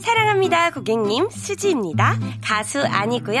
사랑합니다, 고객님. 수지입니다. 가수 아니고요.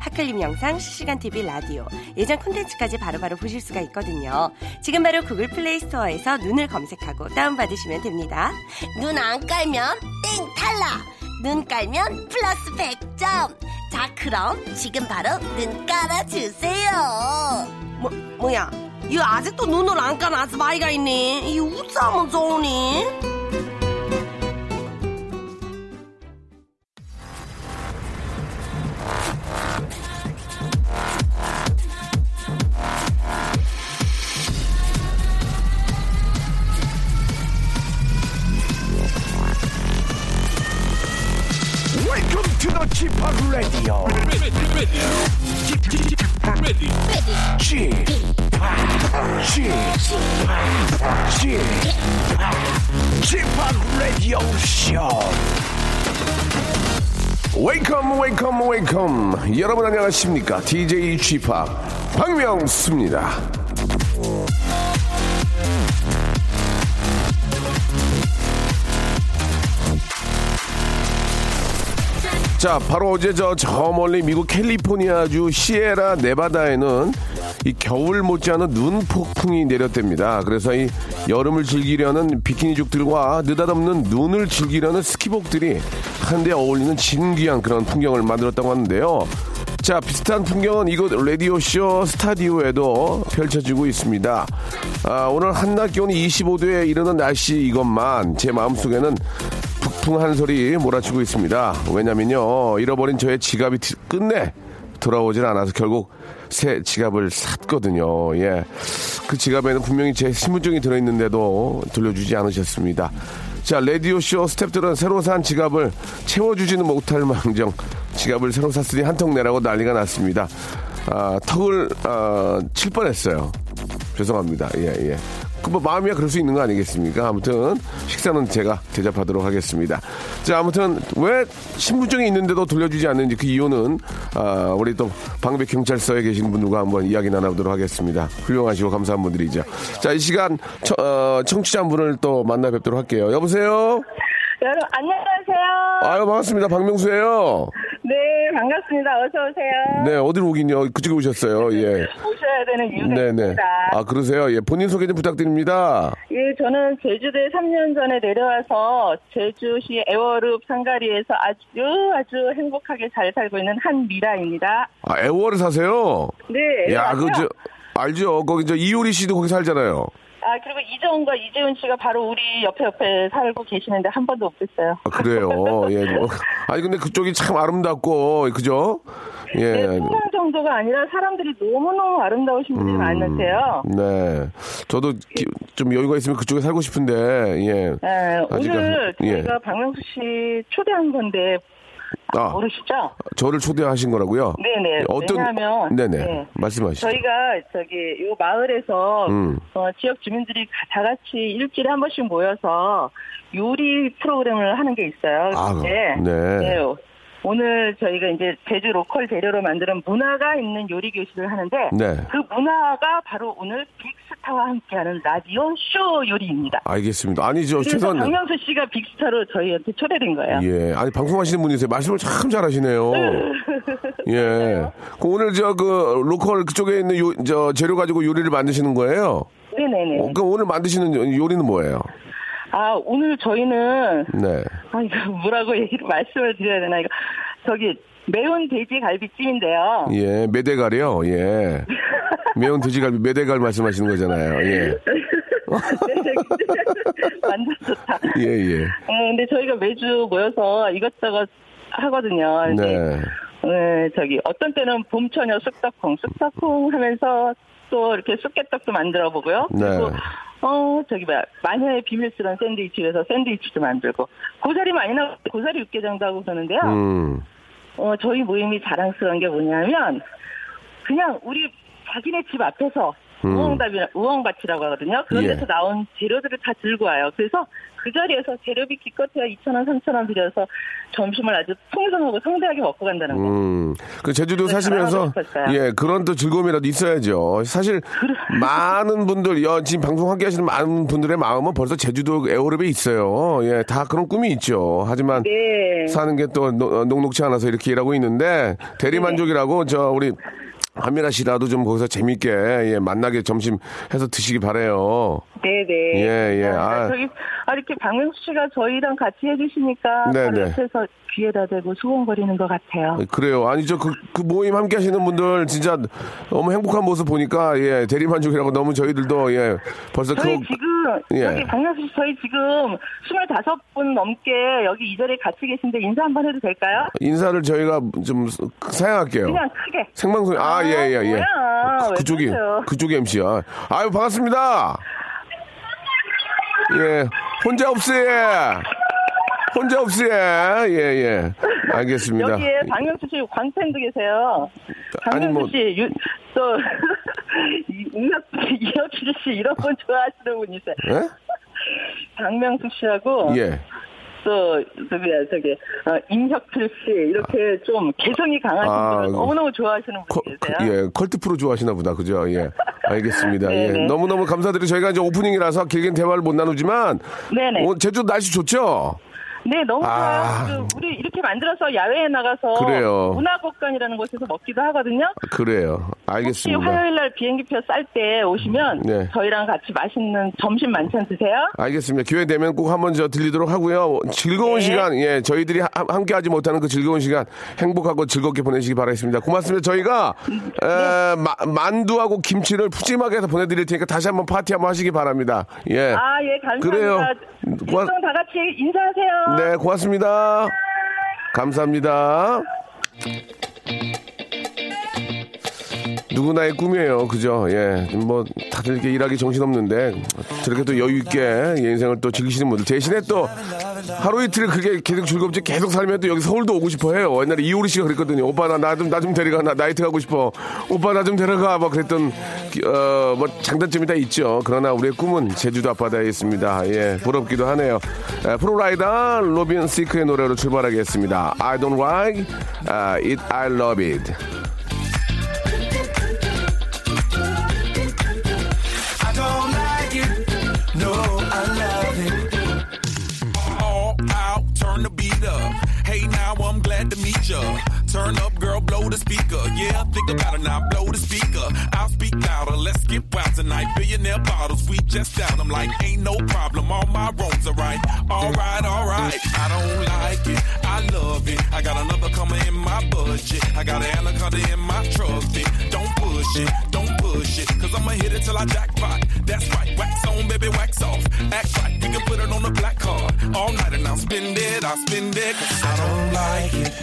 핫클림 영상, 실시간 TV 라디오, 예전 콘텐츠까지 바로바로 보실 수가 있거든요. 지금 바로 구글 플레이 스토어에서 눈을 검색하고 다운받으시면 됩니다. 눈 안 깔면 땡 탈락! 눈 깔면 플러스 100점! 자, 그럼 지금 바로 눈 깔아주세요! 뭐, 뭐야? 이 아직도 눈을 안 깐 아스바이가 있니? 이 웃으면 좋으니? Welcome to the g p o p Radio. g p g p g p Radio Show. Welcome, welcome, welcome. 여러분 안녕하십니까? DJ g p o p 박명수입니다. 자, 바로 어제 저, 저 멀리 미국 캘리포니아주 시에라 네바다에는 이 겨울 못지않은 눈폭풍이 내렸답니다. 그래서 이 여름을 즐기려는 비키니족들과 느닷없는 눈을 즐기려는 스키복들이 한데 어울리는 진귀한 그런 풍경을 만들었다고 하는데요. 자, 비슷한 풍경은 이곳 라디오쇼 스타디오에도 펼쳐지고 있습니다. 아, 오늘 한낮 기온이 25도에 이르는 날씨 이것만 제 마음속에는 북풍 한 소리 몰아치고 있습니다. 왜냐면요, 잃어버린 저의 지갑이 티- 끝내 돌아오질 않아서 결국 새 지갑을 샀거든요. 예. 그 지갑에는 분명히 제 신분증이 들어있는데도 돌려주지 않으셨습니다. 자, 라디오쇼 스탭들은 새로 산 지갑을 채워주지는 못할 망정. 지갑을 새로 샀으니 한통 내라고 난리가 났습니다. 아, 턱을, 아, 칠 뻔했어요. 죄송합니다. 예, 예. 그뭐 마음이야 그럴 수 있는 거 아니겠습니까? 아무튼 식사는 제가 대접하도록 하겠습니다. 자, 아무튼 왜 신분증이 있는데도 돌려주지 않는지 그 이유는 아, 우리 또 방배 경찰서에 계신 분들과 한번 이야기 나눠보도록 하겠습니다. 훌륭하시고 감사한 분들이죠. 자, 이 시간 처- 어, 청취자 한 분을 또 만나 뵙도록 할게요. 여보세요. 여러분 안녕하세요. 아유 반갑습니다. 박명수예요. 네 반갑습니다. 어서 오세요. 네, 어디로 오긴요? 그쪽에 오셨어요. 예. 오셔야 되는 이유가 네, 네. 있습니다. 아 그러세요? 예, 본인 소개 좀 부탁드립니다. 예, 저는 제주도에 3년 전에 내려와서 제주시 애월읍 상가리에서 아주 아주 행복하게 잘 살고 있는 한미라입니다. 아, 애월을 사세요? 네. 야, 맞죠? 그, 저, 알죠. 거기, 저, 이효리 씨도 거기 살잖아요. 아 그리고 이정과 이재훈 씨가 바로 우리 옆에 옆에 살고 계시는데 한 번도 못 뵀어요. 아, 그래요. 예. 뭐, 아니, 근데 그쪽이 참 아름답고, 그죠? 네, 예. 풍경 정도가 아니라 사람들이 너무너무 아름다우신 음. 분들이 많으세요. 네. 저도 기- 좀 여유가 있으면 그쪽에 살고 싶은데, 예. 네, 아직은- 오늘 예. 저희가 박명수 씨 초대한 건데 아, 모르시죠? 저를 초대하신 거라고요? 네네. 예, 어떤, 왜냐하면 네네. 네. 말씀하시죠. 저희가 저기 요 마을에서 음. 어, 지역 주민들이 가- 다 같이 일주일에 한 번씩 모여서 요리 프로그램을 하는 게 있어요. 아, 근데, 네. 오늘 저희가 이제 제주 로컬 재료로 만드는 문화가 있는 요리 교실을 하는데 네. 그 문화가 바로 오늘 빅스타와 함께하는 라디오 쇼 요리입니다. 알겠습니다. 아니, 저, 그래서 최선. 박명수 씨가 빅스타로 저희한테 초대된 거예요. 예, 아니 방송하시는 분이세요. 말씀을 참 잘하시네요. 예, 그 오늘 저 그 로컬 그쪽에 있는 요, 저 재료 가지고 요리를 만드시는 거예요. 네네네. 어, 그럼 오늘 만드시는 요- 요리는 뭐예요? 아 오늘 저희는 네, 아, 이거 뭐라고 얘기를 말씀을 드려야 되나, 이거. 저기, 매운 돼지 갈비찜인데요. 예, 메대갈이요. 예, 매운 돼지갈비 메대갈 말씀하시는 거잖아요. 예, 네, 완전 좋다. 예, 예. 어, 근데 저희가 매주 모여서 이것저것 하거든요. 이제, 네, 어, 저기, 어떤 때는 봄처녀 쑥떡콩, 쑥떡콩 하면서 또 이렇게 쑥개떡도 만들어 보고요. 그리고, 네. 어, 저기, 뭐야, 마녀의 비밀스러운 샌드위치에서 샌드위치도 만들고, 고사리 많이 나고, 고사리 육개장도 하고 그러는데요. 음, 어, 저희 모임이 자랑스러운 게 뭐냐면 그냥 우리 자기네 집 앞에서 음. 우엉답이라 우엉밭이라고 하거든요. 그런 예. 데서 나온 재료들을 다 들고 와요. 그래서 그 자리에서 재료비 기껏해야 2천 원, 3천 원 들여서 점심을 아주 풍성하고 성대하게 먹고 간다는 거. 음, 그 제주도 네, 사시면서 자랑하고 싶었어요. 예 그런 또 즐거움이라도 있어야죠. 사실 많은 분들 여, 지금 방송 함께 하시는 많은 분들의 마음은 벌써 제주도 에어랩에 있어요. 예, 다 그런 꿈이 있죠. 하지만 네. 사는 게 또 어, 녹록치 않아서 이렇게 일하고 있는데 네. 대리만족이라고 저 우리 한미라 씨라도 좀 거기서 재밌게 예, 만나게 점심 해서 드시기 바래요. 네네. 예, 예. 아. 아, 저기, 아, 이렇게 박명수 씨가 저희랑 같이 해주시니까. 네네. 바로 옆에서 귀에다 대고 수건거리는 것 같아요. 그래요. 아니 저 그 모임 함께 하시는 분들 진짜 너무 행복한 모습 보니까 예 대리만족이라고 너무 저희들도 예 벌써 저희 그 지금, 예. 여기 박명수 씨, 저희 지금 25분 넘게 여기 이 자리에 같이 계신데 인사 한번 해도 될까요? 인사를 저희가 좀 사양할게요. 그냥 크게. 생방송 아 예 예 예, 뭐야. 아, 왜 그쪽이 그러세요? 그쪽이 MC야. 아유 반갑습니다. 예 혼자 없어요. 혼자 없어요. 예 예. 알겠습니다. 여기에 박명수 씨 광팬도 계세요. 아니, 박명수 뭐- 씨, 유, 또, 이- 이혁주 씨, 이혁주 씨 이런 분 좋아하시는 분이세요. 예? 박명수 씨하고. 예. 또 저기 저기 어, 임혁필 씨 이렇게 좀 개성이 강하신 아, 분을 그- 너무너무 좋아하시는 컬- 분이 컬- 계세요. 예, 컬트 프로 좋아하시나 보다. 그죠? 예. 알겠습니다. 예. 네네. 너무너무 감사드리고 저희가 이제 오프닝이라서 길게 대화를 못 나누지만 네네. 오, 제주 날씨 좋죠? 네, 너무 아. 좋아요. 그 우리 이렇게 만들어서 야외에 나가서 그래요. 문화곡간이라는 곳에서 먹기도 하거든요. 그래요. 혹시 알겠습니다. 화요일 날 비행기표 쌀 때 오시면 네. 저희랑 같이 맛있는 점심 만찬 드세요. 알겠습니다. 기회 되면 꼭 한번 저 들리도록 하고요. 즐거운 네. 시간, 예, 저희들이 하- 함께하지 못하는 그 즐거운 시간 행복하고 즐겁게 보내시기 바라겠습니다. 고맙습니다. 저희가 네. 에, 마- 만두하고 김치를 푸짐하게 해서 보내드릴 테니까 다시 한번 파티 한번 하시기 바랍니다. 예. 아, 예, 감사합니다. 그래요. 고맙- 일동 다 같이 인사하세요. 네, 고맙습니다. 감사합니다. 누구나의 꿈이에요. 그죠? 예. 뭐, 다들 이렇게 일하기 정신없는데, 저렇게 또 여유있게 예, 인생을 또 즐기시는 분들. 대신에 또, 하루 이틀 그게 계속 즐겁지 계속 살면 또 여기 서울도 오고 싶어 해요. 옛날에 이효리 씨가 그랬거든요. 오빠 나 나 좀 나 좀 데려가 나 나이트 가고 싶어. 오빠 나 좀 데려가 막 그랬던 어뭐 장단점이 다 있죠. 그러나 우리의 꿈은 제주도 앞바다에 있습니다. 예 부럽기도 하네요. 에, 프로라이더 로빈 시크의 노래로 출발하겠습니다. I don't like 아, it, I love it. I don't like it. No, I love it. All out, turn the beat up. Hey, now I'm glad to meet ya. Turn up, girl, blow the speaker. Yeah, think about it now, blow the speaker. I'll speak louder, let's get wild tonight. Billionaire bottles, we just out. I'm like, ain't no problem, all my roads are right. Alright, alright. I don't like it, I love it. I got another coming in my budget. I got an anaconda in my trusty. Don't push it, don't push it. Cause I'ma hit it till I jackpot. That's right, wax on, baby, wax off. Act right, we can put it on the black card. All night and I'll spend it, I'll spend it. Cause I don't like it.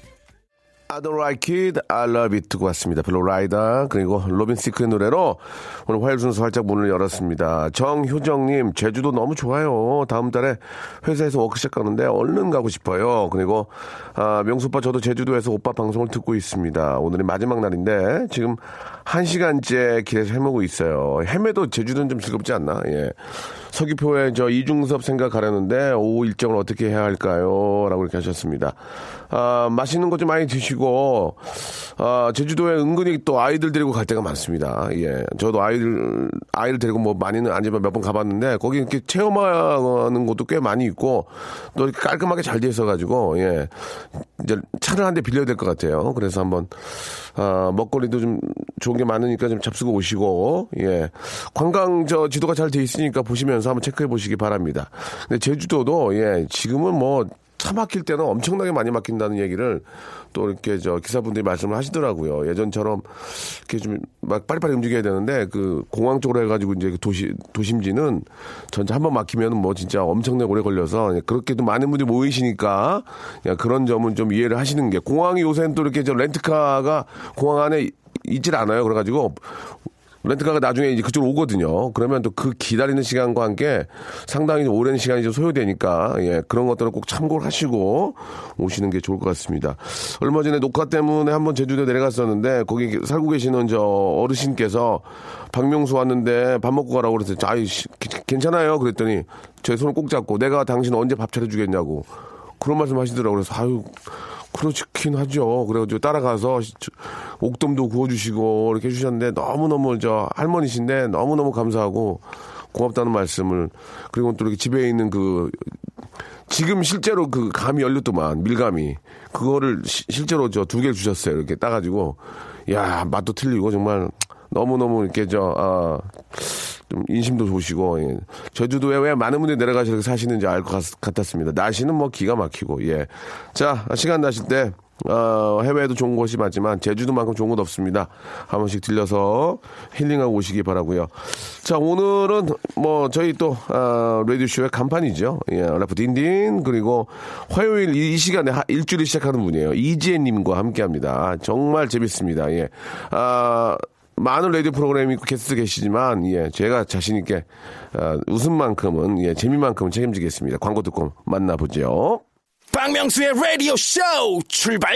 I don't like it, I love it 듣고 왔습니다. 블루라이다 그리고 로빈 시크의 노래로 오늘 화요일 순서 활짝 문을 열었습니다. 정효정님 제주도 너무 좋아요. 다음 달에 회사에서 워크숍 가는데 얼른 가고 싶어요. 그리고 아, 명수 오빠 저도 제주도에서 오빠 방송을 듣고 있습니다. 오늘이 마지막 날인데 지금 한 시간째 길에서 헤매고 있어요. 헤매도 제주도는 좀 즐겁지 않나? 예. 서귀포에 저 이중섭 생각 가려는데 오후 일정을 어떻게 해야 할까요? 라고 이렇게 하셨습니다. 아, 맛있는 거 좀 많이 드시고 아, 제주도에 은근히 또 아이들 데리고 갈 때가 많습니다. 예. 저도 아이들 아이를 데리고 뭐 많이는 아니지만 몇 번 가봤는데 거기 이렇게 체험하는 곳도 꽤 많이 있고 또 이렇게 깔끔하게 잘 돼 있어 가지고 예. 이제 차를 한 대 빌려야 될 것 같아요. 그래서 한번 아, 먹거리도 좀 좋은 게 많으니까 좀 잡수고 오시고 예 관광 저 지도가 잘 돼 있으니까 보시면서 한번 체크해 보시기 바랍니다. 근데 제주도도 예 지금은 뭐 차 막힐 때는 엄청나게 많이 막힌다는 얘기를 또 이렇게 저 기사분들이 말씀을 하시더라고요. 예전처럼 이렇게 좀 막 빨리빨리 움직여야 되는데 그 공항 쪽으로 해가지고 이제 그 도시 도심지는 전체 한번 막히면 뭐 진짜 엄청나게 오래 걸려서 그렇게도 많은 분들이 모이시니까 그냥 그런 점은 좀 이해를 하시는 게 공항이 요새는 또 이렇게 저 렌트카가 공항 안에 있질 않아요. 그래가지고 렌트카가 나중에 이제 그쪽으로 오거든요. 그러면 또 그 기다리는 시간과 함께 상당히 오랜 시간이 좀 소요되니까 예, 그런 것들은 꼭 참고를 하시고 오시는 게 좋을 것 같습니다. 얼마 전에 녹화 때문에 한번 제주도 내려갔었는데 네, 거기 살고 계시는 저 어르신께서 박명수 왔는데 밥 먹고 가라고 그래서 아이 괜찮아요 그랬더니 제 손을 꼭 잡고 내가 당신 언제 밥 차려주겠냐고 그런 말씀 하시더라고요. 그래서 아유 그렇긴 하죠. 그래가지고 따라가서 옥돔도 구워주시고 이렇게 해주셨는데 너무너무 저 할머니신데 너무너무 감사하고 고맙다는 말씀을 그리고 또 이렇게 집에 있는 그 지금 실제로 그 감이 열렸더만 밀감이 그거를 시- 실제로 저 두 개를 주셨어요. 이렇게 따가지고 야 맛도 틀리고 정말 너무너무 이렇게 저 아, 좀 인심도 좋으시고 예. 제주도에 왜 많은 분들이 내려가셔서 사시는지 알 것 같았습니다. 날씨는 뭐 기가 막히고 예. 자 시간 나실 때 어, 해외에도 좋은 곳이 많지만 제주도만큼 좋은 곳 없습니다. 한 번씩 들려서 힐링하고 오시기 바라고요. 자 오늘은 뭐 저희 또 아, 라디오 쇼의 간판이죠. 예, 래프 딘딘 그리고 화요일 이, 이 시간에 하- 일주일을 시작하는 분이에요. 이지혜님과 함께합니다. 정말 재밌습니다. 예. 아, 많은 라디오 프로그램이 게스트 계시지만 예 제가 자신 있게 아, 웃음만큼은 예 재미만큼은 책임지겠습니다. 광고 듣고 만나보죠. 박명수의 라디오 쇼 출발!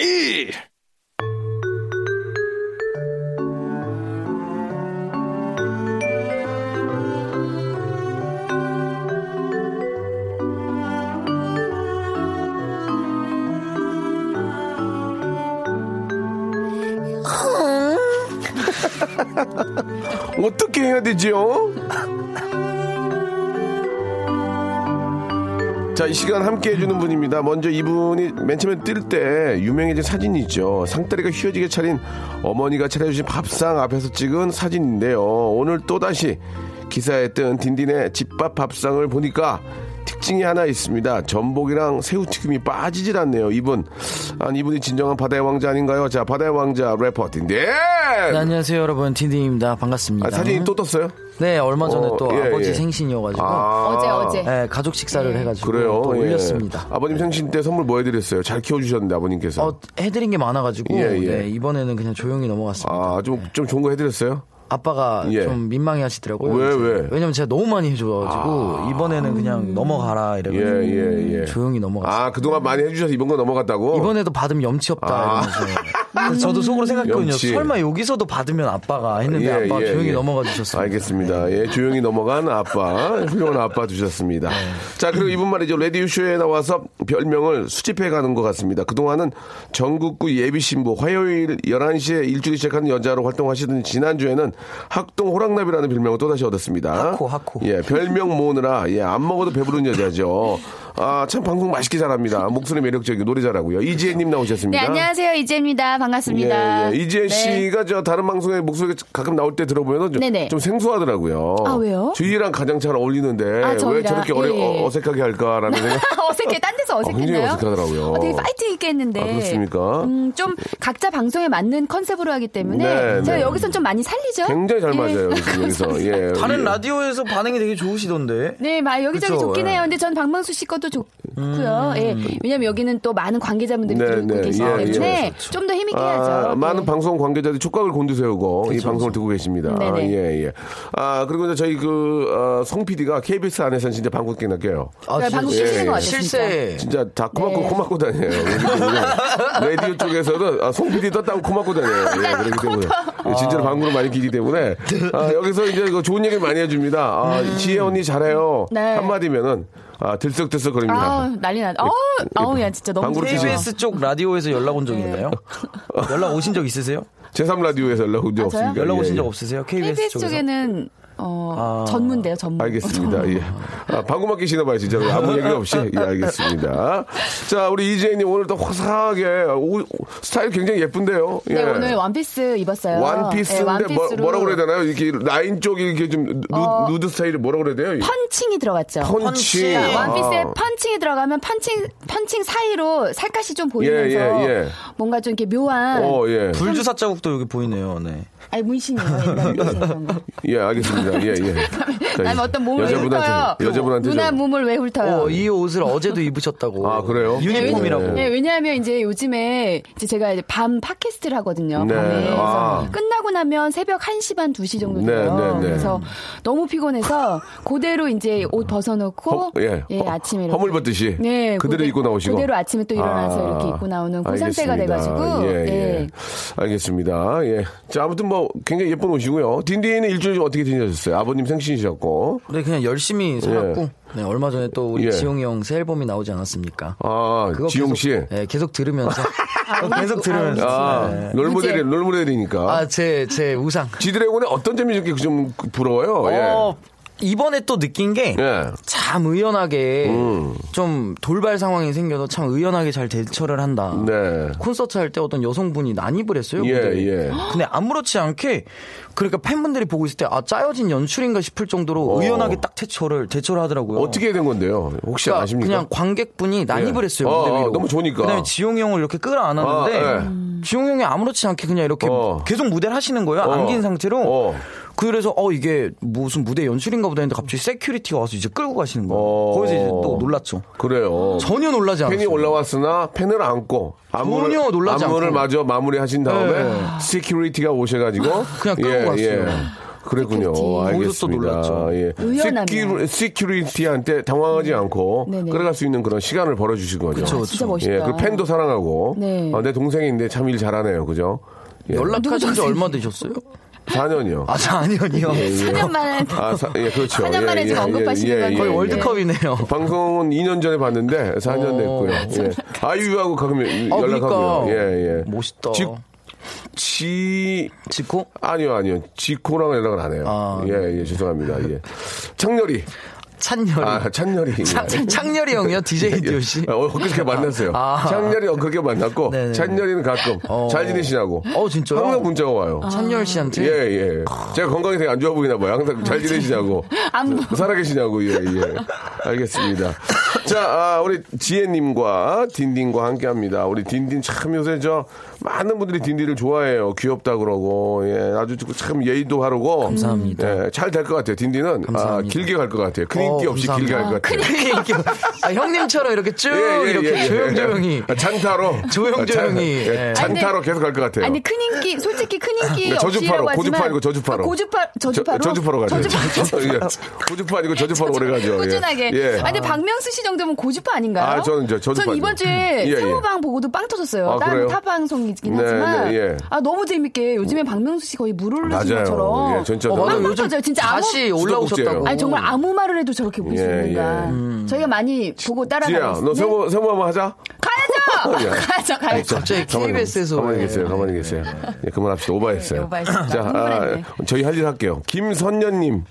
어떻게 해야 되지요? 자, 이 시간 함께 해주는 분입니다. 먼저 이분이 맨 처음에 뜰 때 유명해진 사진이 있죠. 상다리가 휘어지게 차린 어머니가 차려주신 밥상 앞에서 찍은 사진인데요. 오늘 또다시 기사에 뜬 딘딘의 집밥 밥상을 보니까 특징이 하나 있습니다. 전복이랑 새우튀김이 빠지질 않네요. 이분. 아니, 이분이 진정한 바다의 왕자 아닌가요? 자, 바다의 왕자 래퍼 딘딘! 네, 안녕하세요 여러분 딘딘입니다 반갑습니다 아, 사진이 또 떴어요? 네 얼마 전에 어, 또 예, 아버지 예. 생신이어가지고 어제 어제 네, 가족 식사를 해가지고 아, 그래요. 또 예. 올렸습니다 네. 아버님 생신 때 선물 뭐 해드렸어요? 잘 키워주셨는데 아버님께서. 어, 해드린 게 많아가지고 예, 예. 네, 이번에는 그냥 조용히 넘어갔습니다 아, 좀, 좀 좋은 거 해드렸어요? 아빠가 예. 좀 민망해 하시더라고요 왜, 그래서. 왜? 아. 왜냐면 제가 너무 많이 해줘가지고 이번에는 그냥 넘어가라 예, 이래가지고 예, 예. 조용히 넘어갔어요 아, 그동안 많이 해주셔서 이번 거 넘어갔다고? 이번에도 받으면 염치 없다 이러면서 그래서 저도 속으로 생각했거든요 아. 음. 염치. 설마 여기서도 받으면 아빠가 했는데 예, 아빠 가 예, 조용히 예. 넘어가 주셨어요 알겠습니다. 예, 조용히 넘어간 아빠, 훌륭한 아빠 두셨습니다. 자, 그리고 이분 말이죠. 레디오쇼에 나와서 별명을 수집해 가는 것 같습니다. 그동안은 전국구 예비신부 화요일 11시에 일주일 시작하는 여자로 활동하시던 지난주에는 학동 호랑나비라는 별명을 또다시 얻었습니다. 하코, 하코. 예, 별명 모으느라, 예, 안 먹어도 배부른 여자죠. 아, 참 방송 맛있게 잘합니다. 목소리 매력적이고 노래 잘하고요. 이지혜님 네 나오셨습니다. 안녕하세요 이재입니다 반갑습니다 예, 예. 이지혜 네. 씨가 저 다른 방송에 목소리 가끔 나올 때 들어보면 좀, 네네. 좀 생소하더라고요. 아, 왜요? 저희랑 가장 잘 어울리는데 아, 저희랑. 왜 저렇게 어려, 예, 예. 어, 색하게 할까라는 생각. 아, 어색해 딴 데서 어색했나요? 굉장히 어색하더라고요. 어, 되게 파이팅 있게 했는데 아, 그렇습니까? 예. 음, 좀 각자 방송에 맞는 컨셉으로 하기 때문에 네, 제가 네. 여기선 좀 많이 살리죠 굉장히 잘 예. 맞아요. 지금 여기서. 예. 다른 우리- 라디오에서 반응이 되게 좋으시던데 네, 막 여기저기 그쵸, 좋긴 예. 해요. 근데 전 박명수 씨 것도 좋고요. 예. 왜냐면 여기는 또 많은 관계자분들이 음. 네, 들고 네. 계시기 예, 때문에 예. 좀 더 힘있게 해야죠. 아, 예. 많은 방송 관계자들이 촉각을 곤두세우고 이 방송을 듣고 계십니다. 네네. 예, 예. 아, 그리고 이제 저희 그, 어, 송 PD가 KBS 안에서는 진짜 방구 끼낚게요 아, 네, 진짜 방금 예, 실수인 예. 것 같아요. 실세 진짜 다 코막고 네. 코막고 다녀요. 라디오 쪽에서는 아, 송 PD 떴다고 코막고 다녀요. 예, 아, 그렇기 때문에 예, 진짜로 방구를 많이 끼기 때문에 아, 여기서 이제 이거 좋은 얘기 많이 해줍니다. 아, 지혜 언니 잘해요. 네. 한마디면은 아, 들썩들썩거립니다. 아, 난리 났다. 아우, 아우, 야, 진짜 너무 예. 방구를 좋아요. KBS 쪽 라디오에서 연락 온 적 있나요? 연락 오신 적 있으세요? 제3 라디오에서 연락 온 적 아, 저요? 없습니까? 연락 예, 오신 예. 적 없으세요? KBS, KBS 쪽에서? 쪽에는 어, 아. 전문데요, 전문. 알겠습니다. 예. 아, 방구만 끼시나 봐요, 진짜. 아무 얘기 없이. 예, 알겠습니다. 자, 우리 이재인님 오늘 또 화사하게, 오- 스타일 굉장히 예쁜데요. 예. 네, 오늘 원피스 입었어요. 원피스인데 네, 뭐, 원피스로 뭐라고 그래야 되나요? 이렇게 라인 쪽이 이렇게 좀 누, 어. 누드 스타일이 뭐라고 그래야 돼요? 펀칭이 들어갔죠. 펀치. 그러니까 원피스에 아. 펀칭이 들어가면 펀칭 펀칭 사이로 살갗이 좀 보이면서 예, 예. 뭔가 좀 이렇게 묘한 어, 예. 불주사 자국도 여기 보이네요. 네. 아니 문신이에요. 옛날 문신 이런 거. 예, 알겠습니다. 예, 예. 자, 아니 뭐 어떤 몸을 왜 훑어요? 여자분한테, 여자분한테. 누나 좀- 몸을 왜 훑어요? 어, 이 옷을 어제도 입으셨다고. 아, 그래요? 유니폼이라고. 네, 왜냐하면 이제 요즘에 이제 제가 이제 밤 팟캐스트를 하거든요. 네. 밤에. 그래서 아. 끝나고 나면 새벽 1시 반, 2시 정도 네, 돼요. 네, 네. 그래서 너무 피곤해서 그대로 이제 옷 허- 벗어놓고 예. 아침에 이렇게 허물 벗듯이. 네, 그대로 그대- 입고 나오시고. 그대로 아침에 또 일어나서 아, 이렇게 입고 나오는 그 상태가 알겠습니다. 돼가지고, 예, 예. 예. 알겠습니다. 예. 자, 아무튼 뭐 굉장히 예쁜 옷이고요. 딘딘이는 일주일 어떻게 지내셨어요? 아버님 생신이셨고. 네, 그냥 열심히 살았고. 네, 얼마 전에 또 우리 예. 지용이 형 새 앨범이 나오지 않았습니까? 아, 그거 지용 계속- 씨. 네, 계속 들으면서. 계속 들으면서. 아, 롤모델이, 롤모델이니까. 예. 아, 제, 제 우상. 지드래곤의 어떤 점이 이렇게 좀 부러워요? 예. 어, 이번에 또 느낀 게. 예. 음. 참 의연하게 좀 돌발 상황이 생겨도 참 의연하게 잘 대처를 한다. 네. 콘서트 할 때 어떤 여성분이 난입을 했어요. 예, 무대에. 예. 근데 아무렇지 않게 그러니까 팬분들이 보고 있을 때 아 짜여진 연출인가 싶을 정도로 의연하게 딱 대처를 대처를 하더라고요. 어. 어떻게 된 건데요? 혹시 그러니까 아십니까? 그냥 관객분이 난입을 예. 했어요. 어, 무대 어, 위로. 너무 좋으니까. 그다음에 지용 형을 이렇게 끌어안았는데 아, 예. 지용 형이 아무렇지 않게 그냥 이렇게 어. 계속 무대를 하시는 거예요. 안긴 상태로. 어. 그래서 어 이게 무슨 무대 연출인가 보다 했는데 갑자기 세큐리티가 와서 이제 끌고 가시는 거예요. 어. 거기서 이제 또 놀랐죠. 그래요. 전혀 놀라지 않았어요. 팬이 올라왔으나 팬을 안고 안무를, 전혀 놀라지 안무를 않고. 마저 마무리하신 다음에 네. 시큐리티가 오셔가지고 아, 예, 그냥 끌고 갔어요. 그랬군요. 시큐리티. 거기서 또 알겠습니다. 놀랐죠. 예. 의연하네요. 시큐리- 시큐리티한테 당황하지 않고 네네. 끌어갈 수 있는 그런 시간을 벌어주신 거죠. 그쵸, 진짜 그렇죠. 멋있다. 예, 그 팬도 사랑하고 네. 아, 내 동생인데 참 일 잘하네요, 그죠? 예. 연락하신 지 얼마 되셨어요? 4년이요. 아, 4년이요. 예, 4년 만에 아, 사- 예, 그렇죠. 4년 만에 지금 언급하시는 건 거의 예, 월드컵이네요. 방송은 2년 전에 봤는데 4년 어, 됐고요. 예. 아이유하고 가끔 연락하고요. 그러니까. 예, 예. 멋있다. 지, 지 지코? 아니요, 아니요. 지코랑 연락을 안 해요. 아. 예, 예, 죄송합니다. 예. 창렬이. 찬열이. 아, 찬열이. 창, 예. 창열이 형이요? DJ 예. 디오씨? 아, 어, 그렇게 만났어요. 아. 창렬이 그렇게 만났고, 네네. 찬열이는 가끔 어. 잘 지내시냐고. 어, 진짜요? 아, 항상 문자가 와요. 찬열 씨한테? 예, 예. 제가 건강이 되게 안 좋아 보이나 봐요. 항상 잘 지내시냐고. 네. 살아계시냐고, 예, 예. 알겠습니다. 자, 아, 우리 지혜님과 딘딘과 함께 합니다. 우리 딘딘 참 요새 저 많은 분들이 딘딘을 좋아해요. 귀엽다 그러고, 예. 아주 참 예의도 바르고. 감사합니다. 예, 잘 될 것 같아요. 딘딘은. 아, 감사합니다. 길게 갈 것 같아요. 큰 인기 어, 없이 감사합니다. 길게 갈 것 같아요. 예, 이렇게, 아, 형님처럼 이렇게 쭉, 이렇게 조용조용히. 아, 잔타로. 조용조용히. 아, 잔- 예, 예. 잔타로 계속 갈 것 같아요. 아니 큰 인기 솔직히 큰 인기 네, 저주파로 없이라고 하지만 고주파 아니고 저주파로 아, 고주파 저주파로 저, 주파로 가죠. 저주파- 예. 고주파 아니고 저주파로 오래 가죠. 예. 꾸준하게. 예. 아니 박명수 씨 정도면 고주파 아닌가요? 아, 저는 저- 저주파죠. 전 이번 주에 예, 예. 세모방 보고도 빵 터졌어요. 아, 다른 그래요? 타 방송이긴 네, 하지만 네, 예. 아 너무 재밌게 요즘에 박명수 씨 거의 물 올리는 맞아요. 것처럼 예, 진짜 어, 맞아요. 너무- 어. 요즘 맞아요. 진짜 아무- 다시 올라오셨다고. 아니 정말 아무 말을 해도 저렇게 볼수 예, 있는가. 예. 음. 저희가 많이 보고 지혜야, 따라가고 너 있어요. 네. 세모, 세모 한번 하자. 가야죠. 예. 가야죠. 가야죠. 갑자기 가만히 KBS에서. 네. 가만히 계세요. 가만히 계세요. 예, 그만합시다. 오바했어요. 네, 오바했습니다. 자, 흥분했네. 아, 저희 할 일 할게요. 김선녀님.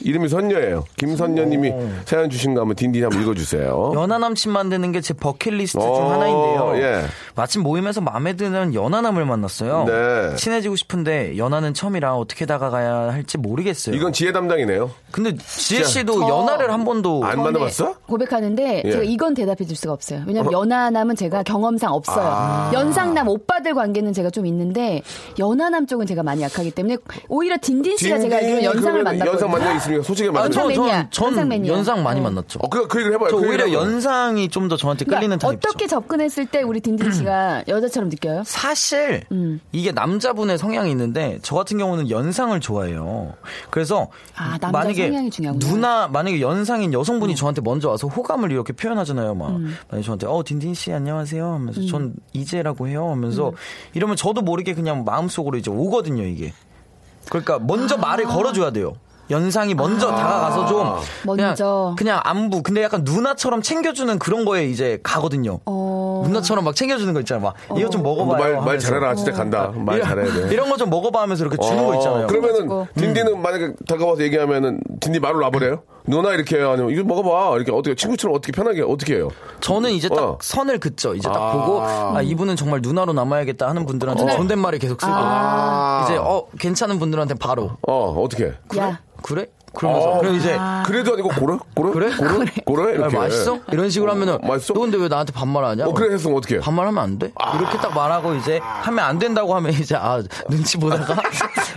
이름이 선녀예요. 김선녀님이 사연 주신 거 한번 딘딘 한번 읽어주세요. 연하 남친 만드는 게 제 버킷리스트 오, 중 하나인데요. 예. 마침 모임에서 마음에 드는 연하남을 만났어요. 네. 친해지고 싶은데 연하는 처음이라 어떻게 다가가야 할지 모르겠어요. 이건 지혜 담당이네요. 근데 지혜 씨도 저- 연하를 한 번도 안 저번에 만나봤어? 고백하는데 예. 제가 이건 대답해 줄 수가 없어요. 왜냐면 연하남은 제가 경험상 없어요. 아. 연상남 오빠들 관계는 제가 좀 있는데 연하남 쪽은 제가 많이 약하기 때문에 오히려 딘딘 씨가 제가 알기로 딘딘이 연상을 그러면 만났거든요. 연상 만나 있습니까? 솔직히 아, 말해서. 저, 매니아, 전, 전 연상 연상, 매니아. 많이 네. 만났죠. 어, 그, 그 얘기를 해봐요. 저 그 얘기를 오히려 해봐요. 연상이 좀 더 저한테 그러니까 끌리는 타입이죠. 어떻게 접근했을 때 우리 딘딘 씨가 여자처럼 느껴요? 음. 사실 이게 남자분의 성향이 있는데 저 같은 경우는 연상을 좋아해요. 그래서 아, 남자 만약에 성향이 중요하구나. 음. 누나 만약에 연상인 여성분이 저한테 먼저 와서 호감을 이렇게 표현하잖아요. 막 만약에 저한테 어 딘딘 씨 안녕하세요 하면서 음. 전 이제라고 해요 하면서 이러면 저도 모르게 그냥 마음속으로 이제 오거든요 이게. 그러니까 먼저 아. 말을 걸어줘야 돼요. 연상이 먼저 다가가서 좀 그냥, 먼저. 그냥 안부 근데 약간 누나처럼 챙겨주는 그런 거에 이제 가거든요. 어. 누나처럼 막 챙겨주는 거 있잖아. 막 이거 좀 먹어봐요. 어. 말, 말 하면서. 잘해라. 진짜 간다. 말 이런- 잘해야 돼. 이런 거 좀 먹어봐 하면서 이렇게 주는 거 있잖아요. 그러면은 그래가지고. 딘딘은 만약에 다가와서 얘기하면은 딘딘 말을 놔버려요? 누나 이렇게 해요? 아니면 이거 먹어봐. 이렇게 어떻게 친구처럼 어떻게 편하게 어떻게 해요? 저는 이제 딱 어. 선을 긋죠. 이제 딱 아. 보고 아 이분은 정말 누나로 남아야겠다 하는 분들한테 존댓말을 계속 쓰고 아. 아. 이제 어 괜찮은 분들한테 바로 어 어떻게? 야, 그래? 그러면서 어. 그럼 이제 그래도 아니고 고래? 고래? 그래? 고래? 고래? 아, 이렇게 맛있어? 이런 식으로 하면은 맛있어? 너 근데 왜 나한테 반말하냐? 어 아. 그래 했으면 어떻게? 반말하면 안 돼? 이렇게 딱 말하고 이제 하면 안 된다고 하면 이제 아 눈치 보다가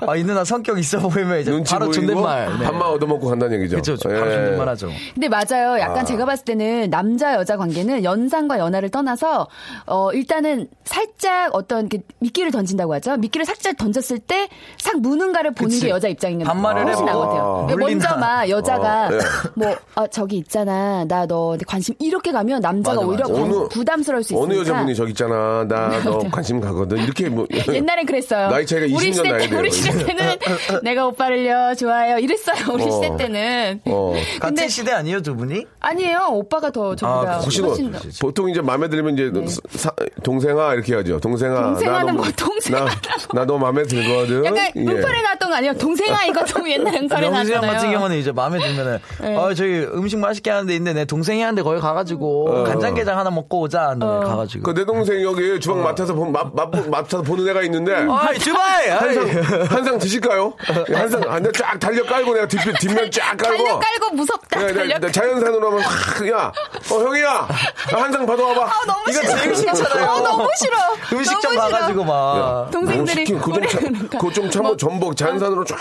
아 이 누나 성격 있어 보이면 이제 눈치 바로 보이고 존댓말 네. 밥만 얻어먹고 간다는 얘기죠. 그렇죠 바로 예. 존댓말 하죠 근데 맞아요. 약간 제가 봤을 때는 남자 여자 관계는 연상과 연하를 떠나서 어 일단은 살짝 어떤 이렇게 미끼를 던진다고 하죠. 미끼를 살짝 던졌을 때 싹 무는가를 보는 그치. 게 여자 입장인 거 반말을 훨씬 해보고. 나거든요. 아, 먼저 물리나. 막 여자가 어, 네. 뭐 아, 저기 있잖아 나 너 관심 이렇게 가면 남자가 맞아, 오히려 맞아. 관- 어느- 부담스러울 수 있으니까. 어느 여자분이 저기 있잖아. 나 너 관심 가거든. 이렇게 뭐 옛날엔 그랬어요. 나이 차이가 20년 우리 시대 나야 때, 돼요. 우리 시대 때는 내가 오빠를요 좋아요 이랬어요. 우리 어. 시대 때는. 어. 같은 시대 아니에요 두 분이? 아니에요. 오빠가 더 저보다 아, 혹시 너 훨씬 더. 보통 이제 마음에 들면 이제 사- 동생아 이렇게 하죠. 동생아 네. 동생아는 나도 뭐 동생아. 나도 마음에 들거든. 약간 예. 응팔에 나왔던 거 아니에요? 동생아 이거 좀 옛날 응팔에 영수 형 나왔잖아요. 네. 같은 경우는 이제 마음에 들면은 어 저희 음식 맛있게 하는데 있는데 내 동생이 하는데 거기 가가지고 간장게장 하나 먹고 오자 하는데 어. 가가지고 그 내 동생 여기 주방 맡아서 본- 맛, 맛, 맡아서 보는 애가 있는데 음. 아이 주말 한 상 드실까요? 예, 한상 안에 쫙 달려 깔고 내가 뒷면 뒷면 쫙 깔고. 네, 달려 깔고 무섭다. 야, 나- 달려 나 자연산으로 하면 확, 야, 어 형이야, 한 상 받아와봐. 아, 너무 이거 싫어. 제일 싫잖아요. 아, 너무 싫어. 음식점 너무 싫어. 가가지고 막 동생들이 그좀 오래 참, 그러니까. 그좀 참고 전복 자연산으로 쫙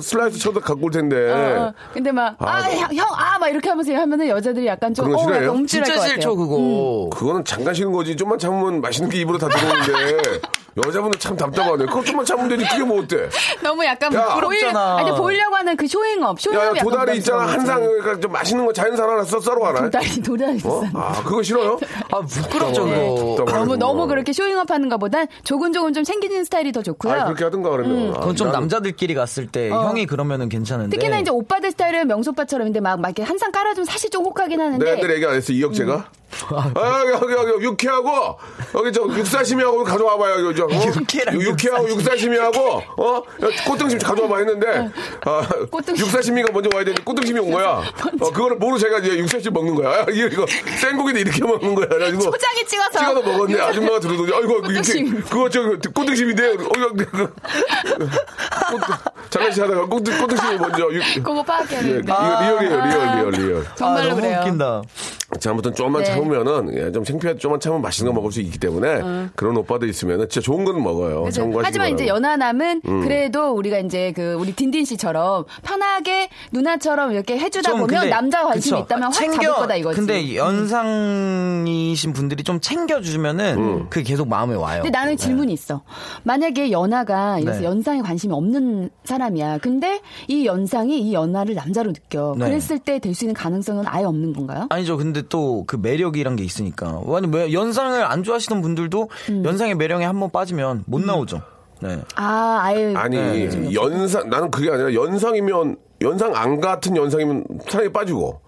슬라이스 쳐서 갖고 올 텐데. 어, 근데 막 아, 아 형 아 막 이렇게 하면서 하면은 여자들이 약간 좀 그런 거 어, 싫어해요? 넘칠할 것 진짜 같아요. 싫죠 그거 그거는 잠깐 쉬는 거지. 좀만 참으면 맛있는 게 입으로 다 들어오는데 여자분들 참 답답하네. 그거 좀만 참으면 되지. 그게 뭐 어때? 너무 약간 뭐 야, 보이려, 없잖아. 아니 보이려고 하는 그 쇼잉업. 야, 쇼잉업 야 도다리 있잖아. 부담스러운 한상 거지. 그러니까 좀 맛있는 거 자연산 하나 써 썰어 와라. 도다리 도다리 어? 비싼. 아 그거 싫어요? 아 부끄럽죠 그거 답답하네, 너무 그거. 너무 그렇게 쇼잉업 하는 것보단 조금 조금 좀 생기는 스타일이 더 좋고요. 아 그렇게 하든가 음. 그러면. 아, 그건 좀 나는- 남자들끼리 갔을 때 형이 그러면은 괜찮은데 어. 특히나 이제 오빠들 스타일은 명소빠처럼 근데 막, 막 이렇게 한상 깔아주면 사실 좀 혹하긴 하는데 음. 내가 네, 옛날에 얘기 안 했어 이혁재가. 아, 여기, 여기, 여기, 육회하고, 여기 저, 육사시미하고 가져와봐요, 여기 저. 어? 육회랑 육회하고, 육사시미하고, 어? 야, 꽃등심 가져와봐 했는데, 아, 어. 꽃등심. 육사시미가 먼저 와야 되는데, 꽃등심이 온 거야. 어, 그거를 모르고 제가 이제 육사시미 먹는 거야. 아, 이거, 이거, 생고기도 이렇게 먹는 거야. 그래가지고. 포장에 찍어서. 찍어서 먹었는데, 아줌마가 들어오더니, 아이고, 이렇게, 꽃등심. 그거 저, 꽃등심인데, 어, 이거, 이거, 꽃등- 장난치 하다가 꽃등, 꽃등심이 먼저, 육, 그거 예, 파악해야 돼. 이거 리얼이에요, 리얼, 리얼, 리얼. 정말로 아, 너무 그래요. 웃긴다 자, 아무튼 좀만 네. 참으면은 예, 좀 창피해 좀만 참으면 맛있는 거 먹을 수 있기 때문에 그런 오빠들 있으면은 진짜 좋은 건 먹어요. 어. 그래서 참고하시기 하지만 이제 바라고. 연하남은 음. 그래도 우리가 이제 그 우리 딘딘 씨처럼 편하게 누나처럼 이렇게 해주다 좀 보면 근데- 남자가 관심 그쵸. 이 있다면 확 잡을 챙겨- 거다 이거지. 음. 근데 연상이신 분들이 좀 챙겨주면은 그게 계속 마음에 와요. 근데 나는 질문이 있어. 만약에 연하가 이래서 네. 연상에 관심이 없는 사람이야. 근데 이 연상이 이 연하를 남자로 느껴. 네. 그랬을 때 될 수 있는 가능성은 아예 없는 건가요? 아니죠. 근데 또 그 매력이란 게 있으니까. 아니 뭐 연상을 안 좋아하시는 분들도 음. 연상의 매력에 한번 빠지면 못 나오죠. 네. 아, 아예 아니 음. 연상 나는 그게 아니라 연상이면 연상 안 같은 연상이면 사랑에 빠지고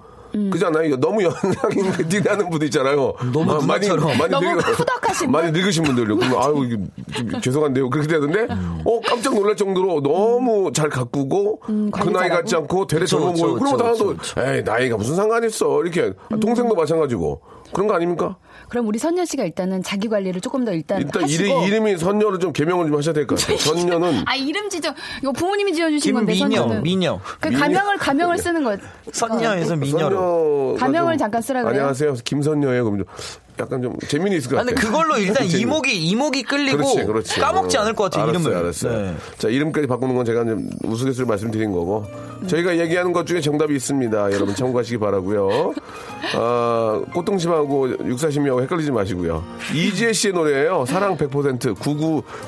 그잖아요. 너무 연상인 게 티나는 분들 있잖아요. 음. 너무 마- 누나처럼. 너무 늙은- 후덕하신 분? 많이 늙으신 분들. 그러면 아유 이게 좀 죄송한데요. 그렇게 되는데 음. 어 깜짝 놀랄 정도로 너무 잘 가꾸고 그 관리 나이 잘하고. 같지 않고 되레 음, 그쵸, 젊어 보이고 그쵸, 그러면 그쵸, 나도 그쵸. 음. 에이 나이가 무슨 상관 있어 이렇게 동생도 마찬가지고 그런 거 아닙니까? 그럼 우리 선녀 씨가 일단은 자기 관리를 조금 더 음, 일단, 일단 하시고 이름, 이름이 선녀를 좀 개명을 좀 하셔야 될 것 네, 같아요. 선녀는 아 이름 지정 이거 부모님이 지어주신 건데 김미녀, 선녀는 미녀. 그 미녀. 네. 가명을 가명을 쓰는 거 선녀에서 미녀로. 선녀가 가명을 좀- 잠깐 쓰라 그래요? 안녕하세요. 김선녀예요. 그럼 좀 약간 좀 재미는 있을 것 아, 같아요. 근데 그걸로 일단 재미- 이목이 이목이 끌리고 그렇지, 그렇지. 까먹지 않을 것 같아요. 알았어요, 이름을. 알았어요. 네. 자, 이름까지 바꾸는 건 제가 이제 우스갯소리 말씀드린 거고. 저희가 얘기하는 것 중에 정답이 있습니다. 여러분 참고하시기 바라고요. 아, 꽃등심하고 육사심이하고 헷갈리지 마시고요. 이지혜 씨의 노래예요. 사랑 100%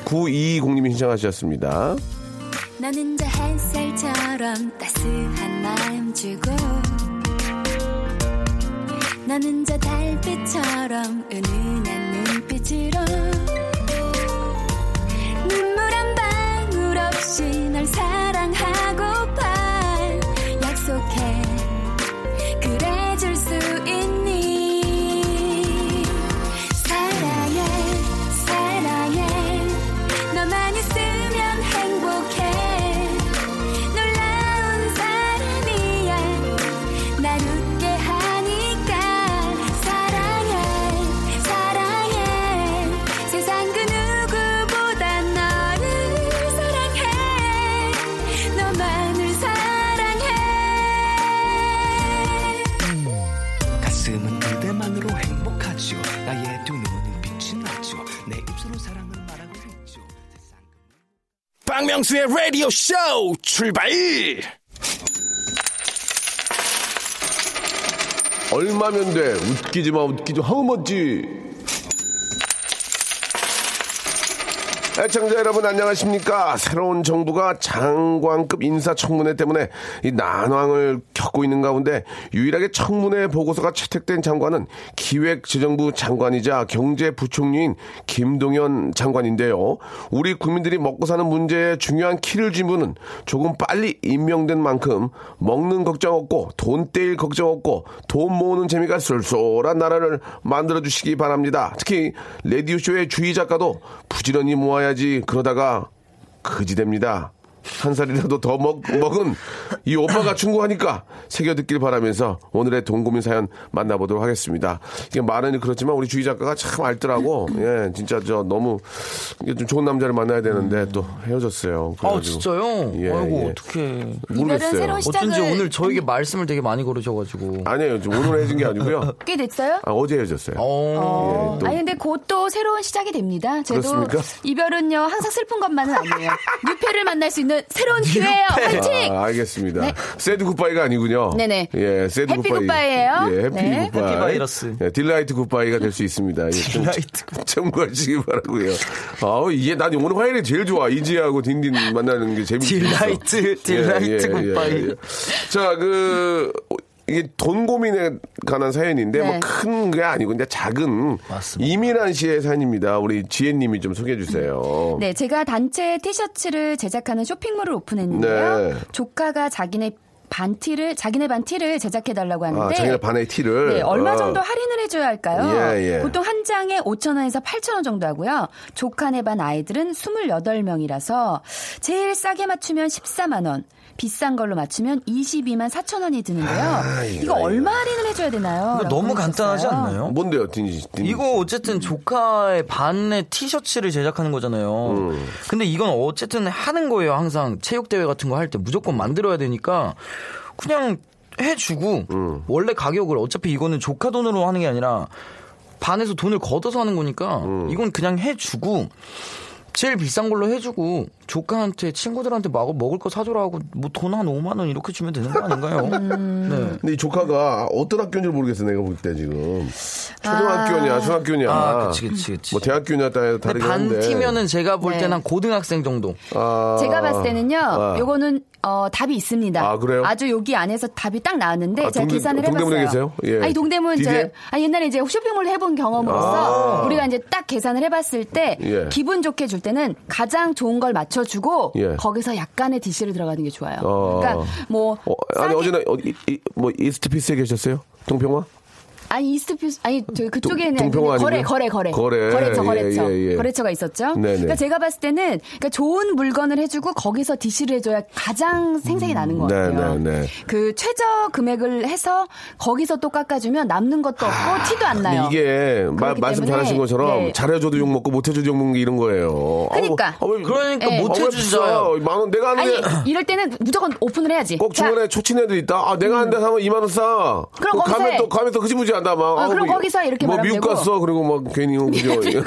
99920님이 신청하셨습니다. 너는 저 햇살처럼 따스한 마음 주고 너는 저 달빛처럼 은은한 눈빛으로 눈물 한 방울 없이 널 사랑하고파 약속해 그래 줄 수 있니 사랑 그 박명수의 라디오 쇼 출발! 얼마면 돼? 웃기지 마, 웃기지 마. 하우 멋지? 애청자 여러분 안녕하십니까? 새로운 정부가 장관급 인사청문회 때문에 이 난황을 겪고 있는 가운데 유일하게 청문회 보고서가 채택된 장관은 기획재정부 장관이자 경제부총리인 김동연 장관인데요. 우리 국민들이 먹고 사는 문제에 중요한 키를 쥔 분은 조금 빨리 임명된 만큼 먹는 걱정 없고 돈 떼일 걱정 없고 돈 모으는 재미가 쏠쏠한 나라를 만들어 주시기 바랍니다. 특히 레디오쇼의 주의 작가도 부지런히 모아야지 그러다가 그지됩니다. 한 살이라도 더 먹, 먹은 이 오빠가 충고하니까 새겨듣길 바라면서 오늘의 동고민 사연 만나보도록 하겠습니다. 이게 말은 그렇지만 우리 주희 작가가 참 알뜰하고 예 진짜 저 너무 이게 좀 좋은 남자를 만나야 되는데 또 헤어졌어요. 아 그래가지고. 진짜요? 예, 아이고 예. 어떻게 이별은 새로운 시작을 음. 어쩐지 오늘 저에게 말씀을 되게 많이 걸으셔가지고. 아니에요. 지금 오늘 해준 게 아니고요. 꽤 됐어요? 아, 어제 헤어졌어요. 어. 어, 예, 또- 아니 근데 곧 또 새로운 시작이 됩니다. 저도 그렇습니까? 이별은요 항상 슬픈 것만은 아니에요. 뉴페를 만날 수 있는 새로운 기회예요. 화이팅! 아, 알겠습니다. 네. 새드 굿바이가 아니군요. 네네. 예, 새드 해피 굿바이. 굿바이예요. 예, 해피 네. 굿바이. 해피 바이러스. 예, 딜라이트 굿바이가 될 수 있습니다. 예, 좀 딜라이트 참고하시기 바라고요. 아우, 이게 난 오늘 화요일이 제일 좋아. 이지하고 딘딘 만나는 게 예, 재밌어. 딜라이트, 딜라이트 굿바이. 자, 그 이게 돈 고민에 관한 사연인데 네. 뭐 큰 게 아니고 이제 작은 맞습니다. 이민환 씨의 사연입니다. 우리 지혜님이 좀 소개해 주세요. 네, 제가 단체 티셔츠를 제작하는 쇼핑몰을 오픈했는데요. 네. 조카가 자기네 반티를 자기네 반티를 제작해 달라고 하는데 아, 자기네 반의 티를 네, 얼마 어. 정도 할인을 해줘야 할까요? 예, 예. 보통 한 장에 5천 원에서 8천 원 정도 하고요. 조카네 반 아이들은 28명이라서 제일 싸게 맞추면 14만 원. 비싼 걸로 맞추면 22만 4천 원이 드는데요. 이거, 이거, 이거. 얼마 할인을 해줘야 되나요? 이거 너무 라고 간단하지 하셨어요. 않나요? 뭔데요, 딘딘? 이거 어쨌든 조카의 반의 티셔츠를 제작하는 거잖아요. 근데 이건 어쨌든 하는 거예요. 항상 체육대회 같은 거 할 때 무조건 만들어야 되니까 그냥 해주고 원래 가격을 어차피 이거는 조카 돈으로 하는 게 아니라 반에서 돈을 걷어서 하는 거니까 이건 그냥 해주고 제일 비싼 걸로 해주고 조카한테 친구들한테 마구 먹을 거 사줘라 하고 뭐 돈 한 5만 원 이렇게 주면 되는 거 아닌가요? 네. 근데 이 조카가 어떤 학교인지 모르겠어 내가 볼 때 지금 초등학교냐 중학교냐 아, 그치, 그치, 그치. 뭐 대학교냐 따라 근데 다르긴 한데 반티면은 제가 볼 네. 때는 한 고등학생 정도. 아, 제가 봤을 때는요, 아. 요거는 어, 답이 있습니다. 아, 그래요? 주 여기 안에서 답이 딱 나왔는데 아, 제가 동대- 계산을 해봤어요. 동대문에 계세요? 예. 아니 동대문 DJ? 제가 아, 옛날에 이제 쇼핑몰을 해본 경험으로서 우리가 이제 딱 계산을 해봤을 때 아. 예. 기분 좋게 줄 때는 가장 좋은 걸 맞춰주고 예. 거기서 약간의 DC를 들어가는 게 좋아요. 어. 그러니까 뭐 어, 아니 싸게- 어제는 어, 이, 이, 뭐 이스트피스에 계셨어요? 동평화? 아니 이스트피스 아니 저기 그쪽에는 동- 동평 거래 아니고요? 거래 거래 거래. 거래처 거래처 예, 예, 예. 거래처가 있었죠. 네네. 그러니까 제가 봤을 때는 그러니까 좋은 물건을 해주고 거기서 DC를 해줘야 가장 생색이 나는 것 같아요. 음, 네네네. 그 최저 금액을 해서 거기서 또 깎아주면 남는 것도 없고 티도 안 근데 나요. 이게 마- 그렇기 말씀 때문에, 잘하신 것처럼 예. 잘해줘도 욕 먹고 못해줘도 욕 먹는 게 이런 거예요. 그러니까. 아, 뭐- 아, 왜- 그러니까 예. 못 아, 왜 해주잖아요. 비싸요? 만원 내가 하는 아니 게 이럴 때는 무조건 오픈을 해야지. 꼭 자, 주변에 초친 애들 있다. 아, 내가 한데 사면 2만 원 싸. 그럼 뭐 거기서 가면 해. 또 가면 또 흐지부지 한다 막. 어, 아우, 그럼 뭐, 거기서 이렇게 뭐 말하면 미국 되고. 갔어. 그리고 막 괜히 뭐 그죠.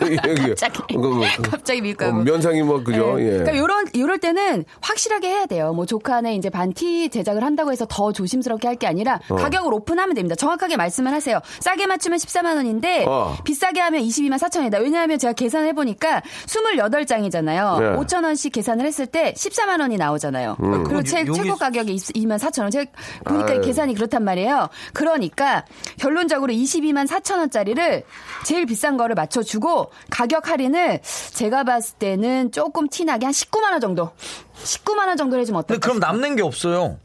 갑자기. 어, 그, 갑자기 미국 가고. 고 면상이 뭐 그죠. 네. 예. 그러니까 요런 요럴 때는 확실하게 해야 돼요. 뭐 조카네 이제 반티 제작을 한다고 해서 더 조심스럽게 할 게 아니라 어. 가격을 오픈하면 됩니다. 정확하게 말씀을 하세요. 싸게 맞추면 14만 원인데 어. 비싸게 하면 22만 4천이다. 왜냐하면 제가 계산해 보니까 28장이잖아요. 네. 5천 원씩 계산을 했을 때 14만 원이 어, 나오잖아요. 그리고 최, 여기- 최고 가격이 2만 4천 원. 제가 보니까 음. 아유. 계산이 그렇단 말이에요. 그러니까 결론적으로 22만 4천 원짜리를 제일 비싼 거를 맞춰주고 가격 할인을 제가 봤을 때는 조금 티나게 한 19만 원 정도. 19만 원 정도 해주면 근데 어떨까? 그럼 남는 게 없어요.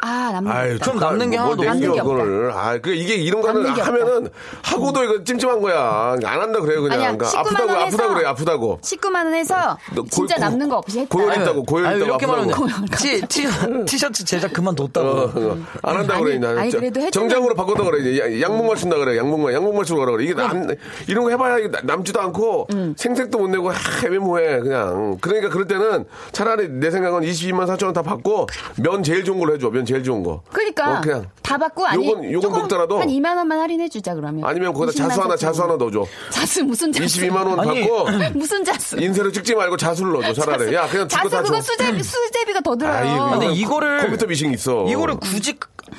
아 남는 거 아유, 뭐 없다. 그럼 남는 게 하나도 남는 없어. 게 그거를. 아, 그 이게 이런 거는 남는 게 하면은 하고도 이거 찜찜한 거야. 안 한다 그래요 그냥. 아니야, 그러니까 19만 아프다고 원 아프다고 해서- 그래 아프다고. 19만 원 해서 너 고- 진짜 고- 남는 거 없이 했다. 고혈 있다고 고혈 아유, 있다고 이렇게 말하면 아프다고. 돼. 티, 티, 티셔츠 제작 그만뒀다고. 어, 어. 안 한다 음. 그래 아니, 나는 아니, 저- 그래도 뭐. 해주면- 정장으로 바꿨다 그래 이제 야- 양복 맞춘다 그래 양복만 양복 맞추고 가라 그래 이게 네. 남 이런 거 해봐야 이게 나- 남지도 않고 음. 생색도 못 내고 하, 애매모호해 그냥 그러니까 그럴 때는 차라리 내 생각은 22만 4천 원 다 받고 면 제일 좋은 걸로 해줘 가면 제일 좋은 거. 그러니까 어, 그냥. 다 받고 아니 요건- 요건 조금 먹더라도. 한 2만 원만 할인해 주자 그러면. 아니면 거기다 20만 자수 하나, 사천. 자수 하나 넣어줘. 자수 무슨 자수? 22만 원 아니. 받고 무슨 자수? 인쇄로 찍지 말고 자수를 넣어줘. 차라리. 야, 그냥 자수 죽고 다 그거 줘. 수제비 수제비가 더 아이고. 들어요. 근데 이거를 컴퓨터 미싱 있어. 이거를 굳이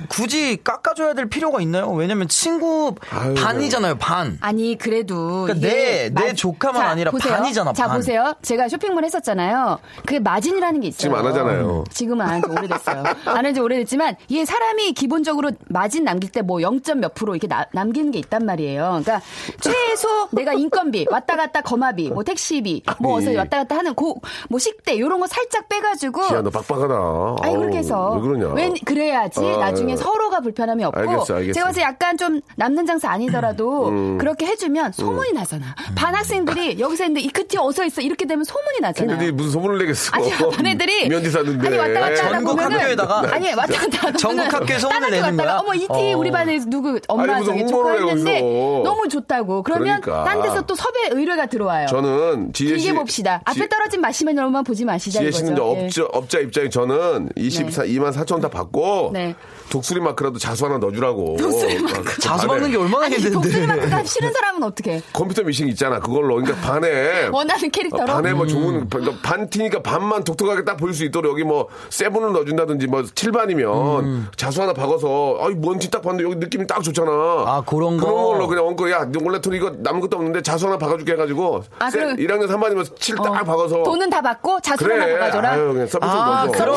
굳이 깎아줘야 될 필요가 있나요? 왜냐면 친구 아유. 반이잖아요 반. 아니 그래도 그러니까 이게 내- 내 마- 조카만 아니라 반이잖아, 자 반. 보세요. 제가 쇼핑몰 했었잖아요. 그게 마진이라는 게 있어요. 지금 안 하잖아요. 지금은 안한지 오래됐어요. 안 한지 오래됐지만 이게 사람이 기본적으로 마진 남길 때 뭐 0. 몇 프로 이렇게 나- 남기는 게 있단 말이에요. 그러니까 최소 내가 인건비 왔다 갔다 거마비 뭐 택시비 아, 뭐 예. 어서 왔다 갔다 하는 고 뭐 식대 이런 거 살짝 빼가지고 야, 너 빡빡하다. 아니 그렇게 아우, 해서 왜 그러냐. 웬 그래야지 아, 나중에 예. 서로가 불편함이 없고 알겠어, 음, 알겠어. 제가 봤을 때 약간 좀 남는 장사 아니더라도 그렇게 해주면 소문이 음. 나잖아 반 학생들이 여기서 했는데 이크티 어서 있어 이렇게 되면 소문이 나잖아 걔네들이 무슨 소문을 내겠어. 아니 반 애들이 뭐, 면지 샀는데. 아니 왔다 갔다 하다 전국 보면은 학교에다가 아니 왔다 갔다 하다 전국 보면은 학교에 소문을 다른 학교 내는 갔다가 거야? 어머 이티 어. 우리 반에 누구 엄마 아니, 무슨 저기 홍보를 해, 조카했는데 거기서. 너무 좋다고 그러면 그러니까. 딴 데서 또 섭외 의뢰가 들어와요 저는 지혜 씨. 길게 봅시다 앞에 지- 떨어진 마시멜로만 보지 마시자 지혜 씨는 이제 이거죠 예. 업자, 업자 입장에 저는 24, 2만 4천 다 받고 네. 독수리 마크라도 자수 하나 넣어주라고. 독수리 마크. 아, 자수 반에. 받는 게 얼마나 아니 네, 독수리 힘든데. 만큼 싫은 사람은 어떻게 컴퓨터 미싱 있잖아. 그걸로. 그러니까 반에. 원하는 캐릭터로 반에 음. 뭐 좋은 그러니까 반 티니까 반만 독특하게 딱 보일 수 있도록 여기 뭐 세븐을 넣어준다든지 뭐 7반이면 음. 자수 하나 박아서 아이 뭔지 딱 봤는데 여기 느낌이 딱 좋잖아. 아, 그런 거. 그런 걸로 그냥 엉거 야너 원래 돈 이거 남은 것도 없는데 자수 하나 박아줄게 해가지고 아, 세- 그럼- 1학년 3반이면 7 딱 어. 박아서 돈은 다 받고 자수를 그래. 하나 받아줘라. 아유, 그냥 서비스 아, 넣어줘. 그런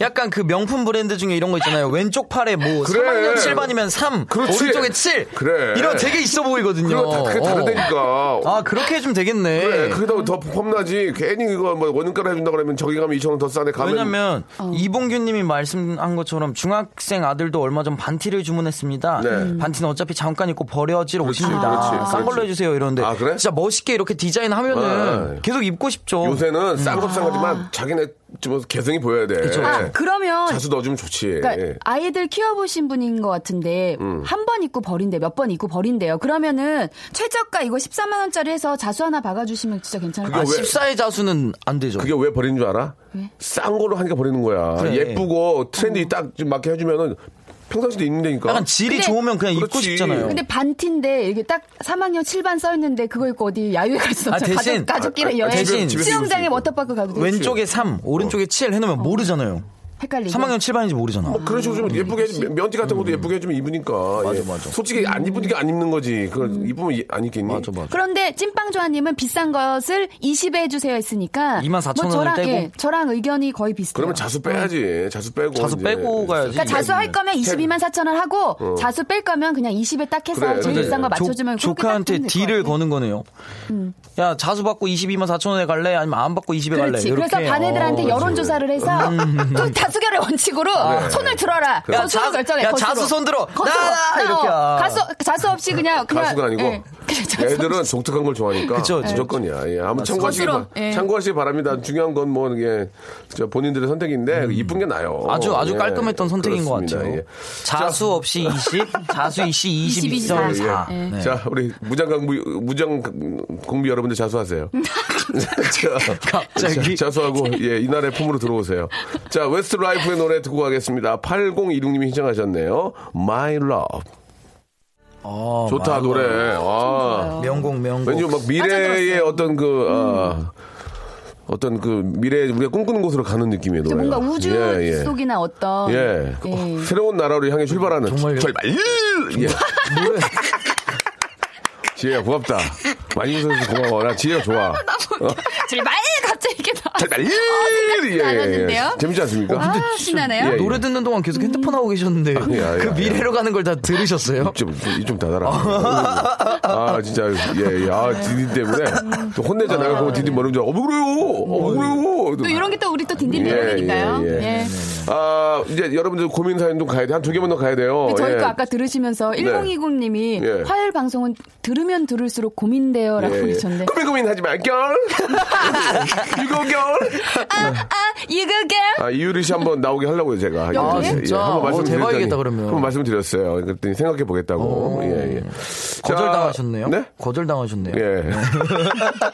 약간 그 명품 브랜드 중에 이런 거 있잖아요. 왼쪽 팔에 뭐 그래. 3학년 7반이면 3, 그렇지. 오른쪽에 7. 그래. 이런 되게 있어 보이거든요. 그거 다 그게 어. 다르다니까. 아, 그렇게 해주면 되겠네. 그래, 그게 더, 더 폼나지. 괜히 이거 뭐 원가로 해준다 그러면 저기 가면 2천 원 더 싸네. 가면 어. 왜냐면 이봉규 님이 말씀한 것처럼 중학생 아들도 얼마 전 반티를 주문했습니다. 네. 음. 반티는 어차피 잠깐 입고 버려지러 그렇지, 오십니다. 그렇지, 싼 걸로 그렇지. 해 주세요. 이러는데 아, 그래? 진짜 멋있게 이렇게 디자인하면은 아. 계속 입고 싶죠. 요새는 음. 쌍급상하지만 아. 자기네 좀 개성이 보여야 돼. 아, 그러면 네. 자수 네. 넣어주면 좋지. 예. 그러니까 아이들 키워보신 분인 것 같은데 음. 한 번 입고 버린대 몇 번 입고 버린대요. 그러면은 최저가 이거 14만 원짜리 해서 자수 하나 박아주시면 진짜 괜찮을 것 아, 왜- 같아요. 14의 자수는 안 되죠. 그게 왜 버리는 줄 알아? 싼 거로 하니까 버리는 거야. 그래. 예쁘고 트렌드 어. 딱좀 맞게 해주면은 평상시도 입는다니까. 약간 질이 근데- 좋으면 그냥 입고 그렇지. 싶잖아요. 근데 반티인데 이게 딱 3학년 7반 써 있는데 그거 입고 어디 야유회 갈수 아, 없잖아. 대신- 가족, 가족끼리 아, 여행. 아, 대신- 집에서 입을 수 수영장에 있고. 워터파크 가도 되고 왼쪽에 3, 어. 오른쪽에 7 어. 해놓으면 모르잖아요. 헷갈리고. 3학년 7반인지 모르잖아. 뭐 그런 식으로 좀 예쁘게 음. 해주면 면티 같은 것도 예쁘게 해주면 입으니까. 맞아 맞아. 솔직히 안 입으니까 안 입는 거지. 그걸 입으면 예- 안 입겠니? 맞아 맞아. 음. 그런데 찐빵조아님은 비싼 것을 20에 해주세요 했으니까 24,000 뭐 원을 저랑, 떼고? 예, 저랑 의견이 거의 비슷해요. 그러면 자수 빼야지. 자수 빼고. 자수 이제 빼고 가야지. 음. 그러니까 자수 할 거면 22만 4천 원 하고 자수 뺄 거면 그냥 20에 딱 해서 어. 그래, 제일 그래. 비싼 거 맞춰주면 네. 조, 그렇게 딱 조카한테 하면 될것 같아요. 딜을 음. 거는 거네요. 야 자수 받고 22만 4천 원에 갈래? 아니면 안 받고 20에 갈래? 그렇지. 그래서 이렇게. 반 애들한테 어, 여론 조사를 해서 또 다수결의 원칙으로 네. 손을 들어라. 야, 거수로 자수- 결정해. 야, 거수로. 자수 손 들어. 거수로. 나, 나, 이렇게. 어, 아. 가수 자수 없이 그냥 그냥 가수가 아니고 예. 그래, 자수 애들은 독특한 걸 좋아하니까 그쵸, 그쵸. 무조건이야. 예. 아무 참고하시기 스스로, 바, 예. 참고하시기 바랍니다. 중요한 건 뭐 이게 저 본인들의 선택인데 이쁜 게 나요. 음. 아주 아주 예. 깔끔했던 선택인 그렇습니다. 것 같아요. 예. 자수 없이 20, 자수 이씨 20, 24. 22.4. 예. 네. 자, 우리 무장강 무장 공비 여러분들 자수하세요. 네. 자, 갑자기. 자, 자수하고 예, 이날의 품으로 들어오세요. 자, 웨스트 라이프의 노래 듣고 가겠습니다. 8016님이 신청하셨네요. My Love. 어, 좋다 맞아. 노래. 아. 명곡 명곡. 왠지 막 미래의 어떤 그 음. 아, 어떤 그 미래 우리가 꿈꾸는 곳으로 가는 느낌이에요 노래. 뭔가 우주 속이나 어떤 예. 그 예. 새로운 나라로 향해 출발하는 정말요? 출발. 예. 지혜야 고맙다. 많이 웃어줘서 고마워. 나 지혜가 좋아. 제발 갑자기 이게 나. 출발. 않았는데요? 예, 재밌지 않습니까? 아, 신나네요. 예, 예. 노래 듣는 동안 계속 핸드폰 하고 계셨는데 야, 그 야. 미래로 가는 걸 다 들으셨어요? 좀, 좀, 좀 다다라. 아, 진짜, 예, 예. 아, 디디 때문에. 또 혼내잖아요. 그거 디디 뭐라면 좀, 어, 뭐 그래요? 어, 뭐 그래요? 또 이런 게 또 우리 또 딘딘 노래니까요. 예, 예, 예. 예. 아, 이제 여러분들 고민 사연 좀 가야 돼. 한 두 개만 더 가야 돼요. 근데 저희도 예. 아까 들으시면서 1020님이 예. 화요일 방송은 들으면 들을수록 고민돼요라고 예, 예. 하셨는데 고민 고민하지 마, 결! 이거 결! 아 이거 게 아, 이유리 씨 한번 나오게 하려고요, 제가. 예, 아, 진짜? 한번 어, 말씀드렸더니- 대박이겠다, 그러면. 어. 한번 말씀드렸어요. 그랬더니 생각해 보겠다고. 예, 예. 자, 거절당하셨네요. 네? 거절당하셨네요. 예.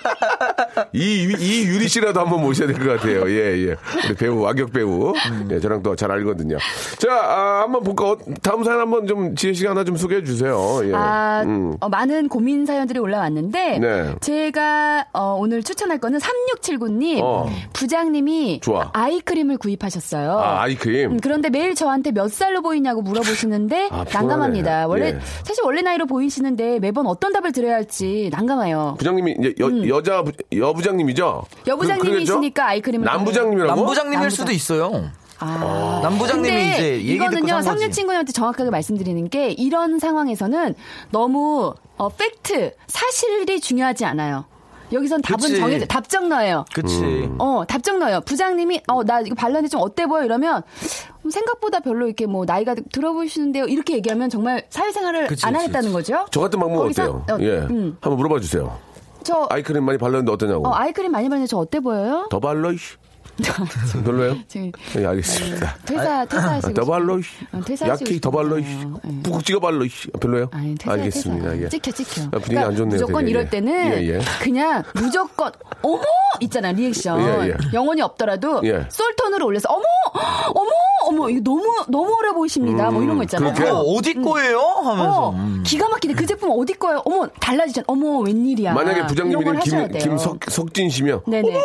이, 유- 이 유리 씨라도 한번 모셔야 될 것 같아요. 예, 예. 우리 배우, 와격 배우. 예, 저랑 또 잘 알거든요. 자, 아, 한번 볼까? 어, 다음 사연 한번 좀 지혜 씨가 하나 좀 소개해 주세요. 예. 아, 음. 어, 많은 고민 사연들이 올라왔는데 네. 제가 어, 오늘 추천할 거는 3679님 어. 부장님이 좋아. 아이크림을 구입하셨어요. 아, 아이크림. 음, 그런데 매일 저한테 몇 살로 보이냐고 물어보시는데 아, 피곤하네. 난감합니다. 원래 예. 사실 원래 나이로 보이시는데 매번 어떤 답을 드려야 할지 난감해요. 부장님이 이제 여, 여자 부, 여부장님이죠? 음. 여부장님이 그러겠죠? 있으니까 아이크림을 남부장님이라고? 남부장님일 남부장. 수도 있어요. 아. 남부장님이 근데 이제 얘기 듣고 이거는요 산 거지. 상류 친구한테 정확하게 말씀드리는 게 이런 상황에서는 너무 어, 팩트 사실이 중요하지 않아요. 여기선 답은 그치. 정해져 답정 너예요. 그치. 음. 어 답정 너예요. 부장님이 어 나 이거 발랐는데 좀 어때 보여 이러면 음, 생각보다 별로 이렇게 뭐 나이가 들어 보이시는데요 이렇게 얘기하면 정말 사회생활을 그치, 안 그치, 하겠다는 거죠. 저 같은 방법 거기서- 어때요? 어, 예. 음. 한번 물어봐 주세요. 저 아이크림 많이 발랐는데 어떠냐고. 어, 아이크림 많이 바르는데 저 어때 보여요? 더 발라, 이씨. 별로예요? 지금 예, 네. 알겠습니다. 퇴사 퇴사하시고 아, 더 발라, 이씨. 어, 퇴사하시고 약히 더 발라, 이씨. 싶잖아요. 예. 푹 찍어 발라, 이씨. 별로예요? 아니, 퇴사, 알겠습니다. 퇴사. 예. 찍혀, 찍혀. 그러니까 아, 분위기 안 좋네요. 무조건 되게. 이럴 때는 예, 예. 그냥 무조건 어머 있잖아 리액션 예, 예. 영혼이 없더라도 예. 솔톤으로 올려서 어머 어머 어머 이거 너무 너무 어려 보이십니다. 뭐 이런 거 있잖아요. 음, 그렇게? 어, 어디 거예요? 하면서. 음. 어, 기가 막히네. 그 제품 어디 거예요? 어머 달라지잖아. 어머 웬일이야. 만약에 이런 걸 부장님이 하셔야 김, 돼요. 김석, 석진 씨면. 네네.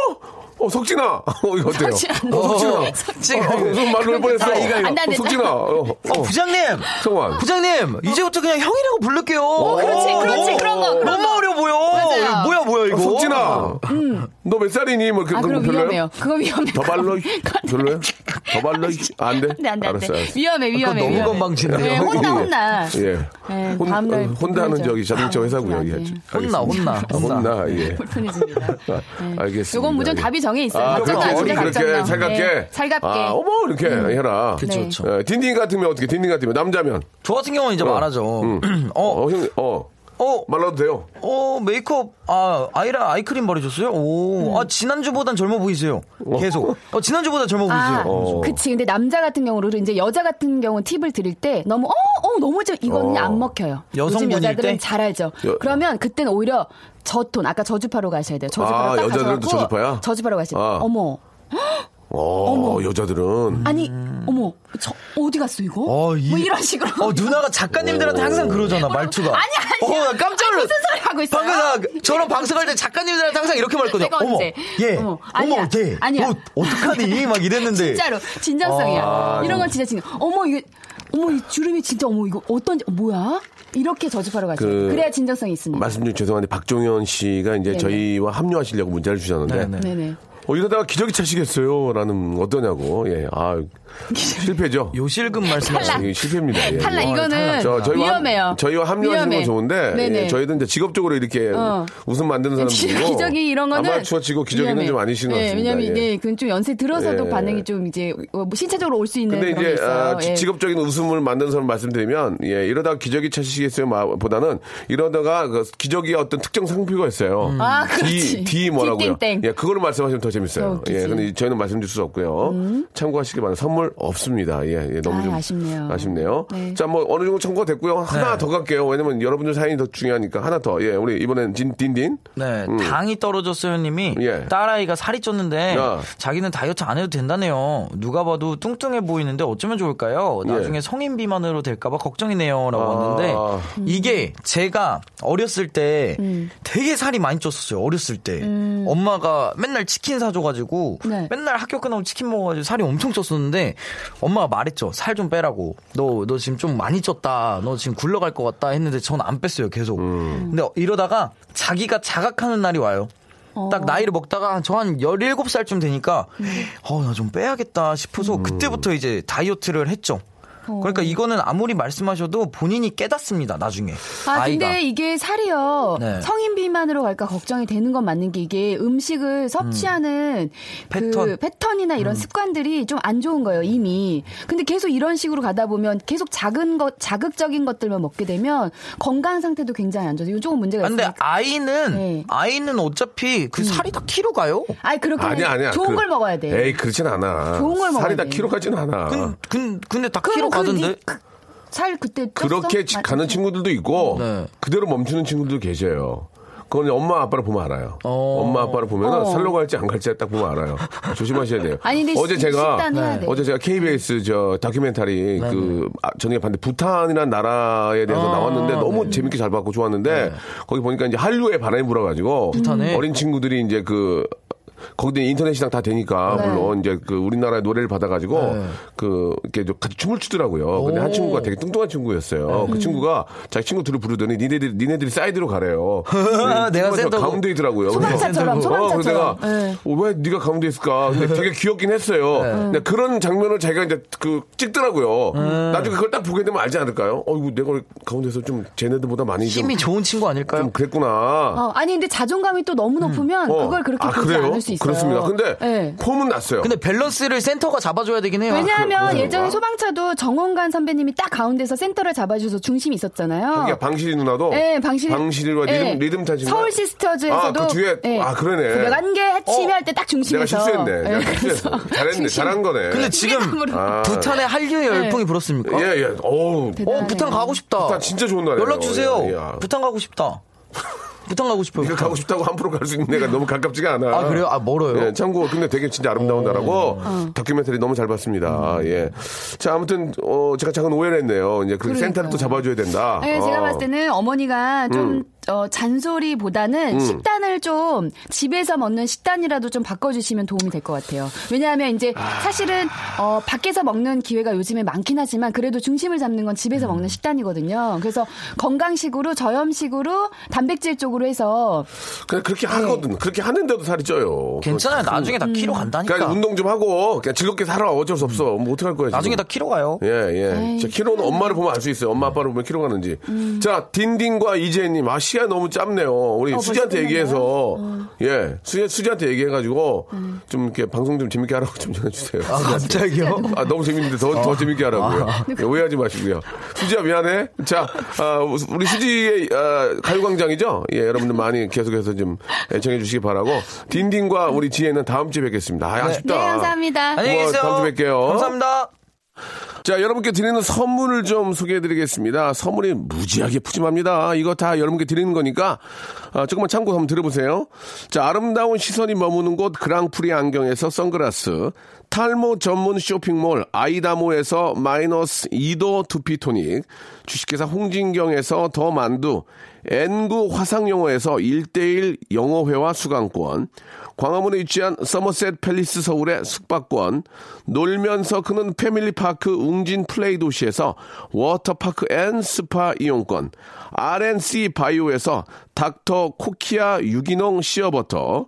어, 석진아! 어, 이거 어때요? 석진아. 어, 석진아. 석진아. 어, 무슨 말로 할 뻔했어. 다 이가요. 안 돼, 안 어, 돼. 어, 석진아. 어, 어, 어. 부장님! 성환. 어, 부장님! 이제부터 그냥 형이라고 부를게요. 그렇지, 어, 그렇지, 너무- 그런 거, 그런 너무 거. 어려 보여. 맞아요. 뭐야, 뭐야, 이거. 어, 석진아. 너 몇 살이니? 뭐, 그, 음. 아 그럼 그런 거 별로예요? 위험해요. 그거 위험해. 더 발라, 이씨. 별로예요? 더 발라, 이씨. 아, 안 돼? 네, 안돼 안돼 알았어, 안돼. 알았어. 위험해 위험해. 아, 너무 위험해. 건방지네요. 네, 혼나 혼나. 예. 네, 혼, 다음날 어, 혼다는 불편하죠. 저기 자동차 아, 회사고요. 불편하지. 예. 혼나, 혼나, 알겠습니다. 혼나. 예. 불편해집니다. 아, 알겠습니다. 요건 무조건 예. 답이 정해 있어요. 아, 답정 그렇게, 나와요. 어리 진짜 그렇게 답정 나와요. 살갑게. 네, 살갑게. 아, 어머, 이렇게 해라. 그쵸, 네. 그쵸. 예, 딘딘 같으면 어떻게, 딘딘 같으면 남자면. 저 같은 경우는 이제 말하죠. 어, 어, 형, 어. 어, 말라도 돼요. 어, 메이크업, 아, 아이라 아이크림 바르셨어요? 음. 오, 아, 지난주보단 젊어 보이세요. 계속. 어, 지난주보단 젊어 아, 보이세요. 어. 그치. 근데 남자 같은 경우는 이제 여자 같은 경우 팁을 드릴 때 너무 어, 어 너무 저 이거는 어. 안 먹혀요. 요즘 여성분일 여자들은 때? 잘 알죠. 여- 그러면 그때는 오히려 저톤 아까 저주파로 가셔야 돼요. 저주파로 아, 딱 여자들도 가셔갖고 저주파야? 저주파로 가셔야 돼요. 아. 어머, 어, 여자들은. 아니, 어머, 저 어디 갔어 이거? 음. 어, 이- 뭐 이런 식으로. 어, 누나가 작가님들한테 항상 그러잖아, 말투가. 아니, 아니. 어, 나 깜짝 놀랐어. 무슨 소리 하고 있어요? 방금 나 저랑 방송할 때 작가님들한테 항상 이렇게 말했거든요. 내가 어머, 언제? 예. 어머, 어머, 아니야. 어때? 아니야. 뭐, 어떡하니? 막 이랬는데. 진짜로 진정성이야. 아, 이런 건 진짜 진짜. 어머 이거 어머 이 주름이 진짜 어머 이거 어떤 어, 뭐야? 이렇게 저주파로 가죠. 그- 그, 래야 진정성이 있습니다. 말씀 좀 죄송한데, 박종현 씨가 이제 네네. 저희와 합류하시려고 문자를 주셨는데. 네네. 네네. 어, 이러다가 기저귀 차시겠어요? 라는, 어떠냐고. 예, 아, 실패죠? 요실금 말씀하시는. 예, 실패입니다. 예. 탈락 어, 이거는 저, 탈락. 저희와, 함- 그러니까. 위험해요. 저희와 합류하시는 위험해. 건 좋은데, 네네. 예, 저희는 이제 직업적으로 이렇게 어. 웃음 만드는 사람들이고 기저귀 이런 거는 아마추어 치고 기저귀는 위험해. 좀 아니신 것 네, 같습니다. 왜냐면 예. 이게 그건 좀 연세 들어서도 예. 반응이 좀 이제 어, 뭐 신체적으로 올 수 있는 근데 그런 게 이제 있어요. 아, 지- 예. 직업적인 웃음을 만드는 사람 말씀드리면 예 이러다가 기저귀 차시겠어요 마- 보다는 이러다가 그 기저귀의 어떤 특정 상표가 있어요. 아, 그렇지. D, D 뭐라고요? 땡땡땡. 예 그걸 말씀하시면 더 더 재밌어요. 웃기지. 예 근데 저희는 말씀드릴 수 없고요. 참고하시기 바랍니다. 선물 없습니다. 예, 예, 너무 음. 아, 좀 아쉽네요. 아쉽네요. 네. 자뭐 어느 정도 청구가 됐고요. 하나 더 갈게요. 왜냐면 여러분들 사연이 더 중요하니까 하나 더. 예 우리 이번엔 딘, 딘딘. 네, 당이 떨어졌어요, 님이. 음. 예. 딸아이가 살이 쪘는데 야. 자기는 다이어트 안 해도 된다네요. 누가 봐도 뚱뚱해 보이는데 어쩌면 좋을까요? 나중에 예. 성인 비만으로 될까봐 걱정이네요라고 아. 왔는데 이게 제가 어렸을 때 되게 살이 많이 쪘었어요. 어렸을 때 엄마가 맨날 치킨 사줘가지고 네. 맨날 학교 끝나고 치킨 먹어가지고 살이 엄청 쪘었는데 엄마가 말했죠. 살 좀 빼라고. 너, 너 지금 좀 많이 쪘다. 너 지금 굴러갈 것 같다 했는데 전 안 뺐어요. 계속. 근데 이러다가 자기가 자각하는 날이 와요. 어. 딱 나이를 먹다가 저 한 17살쯤 되니까 음. 어, 나 좀 빼야겠다 싶어서 그때부터 이제 다이어트를 했죠. 그러니까 이거는 아무리 말씀하셔도 본인이 깨닫습니다. 나중에. 아, 이가 근데 이게 살이요. 네. 성인 비만으로 갈까 걱정이 되는 건 맞는 게 이게 음식을 섭취하는 그 음. 패턴. 음. 패턴이나 이런 습관들이 좀 안 좋은 거예요, 이미. 근데 계속 이런 식으로 가다 보면 계속 작은 것, 자극적인 것들만 먹게 되면 건강 상태도 굉장히 안 좋아서 요쪽은 문제가 근데 있으니까. 아이는 네. 음. 아이는 어차피 그 살이 다 키로 가요. 아니, 그렇게 아니야 아니야. 좋은 그- 걸 먹어야 돼. 에이 그렇진 않아. 좋은 걸 먹어야 살이 다 돼. 키로 가진 않아. 근, 근, 근데 다 그럼 키로 그 가던데. 니- 그- 살 그때 쪘어? 그렇게 지- 맞- 가는 친구들도 있고 네. 그대로 멈추는 친구들도 계셔요. 그건 엄마 아빠를 보면 알아요. 어. 엄마 아빠를 보면 어. 살러 갈지 안 갈지 딱 보면 알아요. 조심하셔야 돼요. 아니, 근데 어제 시- 제가 식단해야 돼요. 네. 어제 제가 KBS 저 다큐멘터리 그 아, 저녁에 봤는데 부탄이라는 나라에 대해서 네, 아, 나왔는데 너무 네. 재밌게 잘 봤고 좋았는데 거기 보니까 이제 한류에 바람이 불어가지고 부탄에? 어린 친구들이 이제 그 거기도 인터넷 시장 다 되니까 네. 물론 이제 그 우리나라의 노래를 받아가지고 네. 그 이렇게 좀 같이 춤을 추더라고요. 근데 한 오. 친구가 되게 뚱뚱한 친구였어요. 네. 그 친구가 자기 친구들을 부르더니 니네들 니네들이 사이드로 가래요. 내가 친구가 센터고. 가운데 있더라고요. 소방차처럼, 그래서, 어, 그래서 소방차처럼. 내가 네. 어, 왜 네가 가운데 있을까? 근데 되게 귀엽긴 했어요. 음. 근데 그런 장면을 자기가 이제 그 찍더라고요. 나중에 그걸 딱 보게 되면 알지 않을까요? 어이구 내가 가운데서 좀 쟤네들보다 많이 좀, 힘이 좋은 친구 아닐까요? 좀 그랬구나. 어, 아니 근데 자존감이 또 음. 너무 높으면 어. 그걸 그렇게 아, 보지 그래요? 않을 수 있어요. 그렇습니다. 근데 네. 폼은 났어요. 근데 밸런스를 센터가 잡아줘야 되긴 해요. 왜냐하면 그런 예전에 건가? 소방차도 정원관 선배님이 딱 가운데서 센터를 잡아주셔서 중심이 있었잖아요. 그러니까 방실이 누나도 어. 네, 방실. 방실이와 네. 리듬 리듬 타신 서울 아, 시스터즈에서도 예. 그 뒤에 아 그러네. 연계 해치미 어. 할 때 딱 내가 중심에서. 실수했네. 예, 내가 그래서 실수했어. 잘했네. 중심. 잘한 거네. 근데 지금 아. 부탄의 한류의 네. 열풍이 불었습니까? 예, 예. 어우. 어, 대단하네요. 부탄 가고 싶다. 부탄 진짜 좋은 나라예요. 연락 주세요. 예, 예. 부탄 가고 싶다. 부탄 가고 싶어요. 네가 부탄. 가고 싶다고 함부로 갈 수 있는 데가 너무 가깝지가 않아. 아, 그래요? 아, 멀어요? 예, 참고 근데 되게 진짜 아름다운 음. 나라고 어. 다큐멘터리 너무 잘 봤습니다. 예. 자 아무튼 어, 제가 작은 오해를 했네요. 이제 그 그러니까요. 센터를 또 잡아줘야 된다. 네, 제가 어. 봤을 때는 어머니가 좀 어, 잔소리보다는 식단을 좀 집에서 먹는 식단이라도 좀 바꿔주시면 도움이 될 것 같아요. 왜냐하면 이제 사실은 어, 밖에서 먹는 기회가 요즘에 많긴 하지만 그래도 중심을 잡는 건 집에서 먹는 식단이거든요. 그래서 건강식으로 저염식으로 단백질 쪽으로 해서 그냥 그렇게 네. 하거든. 그렇게 하는데도 살이 쪄요. 괜찮아요. 나중에 음. 다 키로 그렇죠. 간다니까. 그러니까 운동 좀 하고 그냥 즐겁게 살아. 어쩔 수 없어. 뭐 어떡할 거야. 지금. 나중에 다 키로 가요. 예, 예. 자, 키로는 엄마를 보면 알 수 있어요. 엄마 아빠를 보면 키로 가는지. 자, 딘딘과 이재님. 아, 시간 너무 짧네요. 우리 어, 벌써 수지한테 끝났나요? 어. 얘기해서. 예. 수지, 수지한테 얘기해가지고. 네. 좀 이렇게 방송 좀 재밌게 하라고 좀 전해주세요. 아, 갑자기요? 아, 너무 재밌는데 더, 더 재밌게 하라고요. 예, 오해하지 마시고요. 수지야, 미안해. 자, 아, 우리 수지의 아, 가요광장이죠? 예, 여러분들 많이 계속해서 좀 애청해 주시기 바라고. 딘딘과 우리 지혜는 다음 주에 뵙겠습니다. 아, 아쉽다. 네 감사합니다. 안녕히 고마워요. 계세요. 다음 주에 뵐게요. 감사합니다. 자, 여러분께 드리는 선물을 좀 소개해 드리겠습니다. 선물이 무지하게 푸짐합니다. 이거 다 여러분께 드리는 거니까, 아, 조금만 참고 한번 들어보세요. 자, 아름다운 시선이 머무는 곳 그랑프리 안경에서 선글라스, 탈모 전문 쇼핑몰 아이다모에서 마이너스 2도 두피토닉, 주식회사 홍진경에서 더 만두, N구 화상영어에서 1대1 영어회화 수강권, 광화문에 위치한 서머셋 팰리스 서울의 숙박권, 놀면서 크는 패밀리파크 웅진 플레이 도시에서 워터파크 앤 스파 이용권, RNC 바이오에서 닥터 코키아 유기농 시어버터,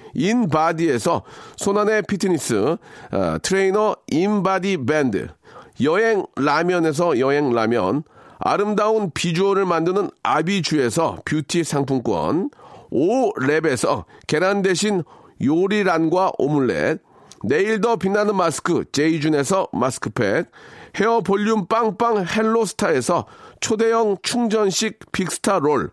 인바디에서 손안의 피트니스, 어, 트레이너 인바디 밴드, 여행 라면에서 여행 라면, 아름다운 비주얼을 만드는 아비주에서 뷰티 상품권, 오랩에서 계란 대신 요리란과 오믈렛, 내일 더 빛나는 마스크 제이준에서 마스크팩, 헤어 볼륨 빵빵 헬로스타에서 초대형 충전식 빅스타 롤,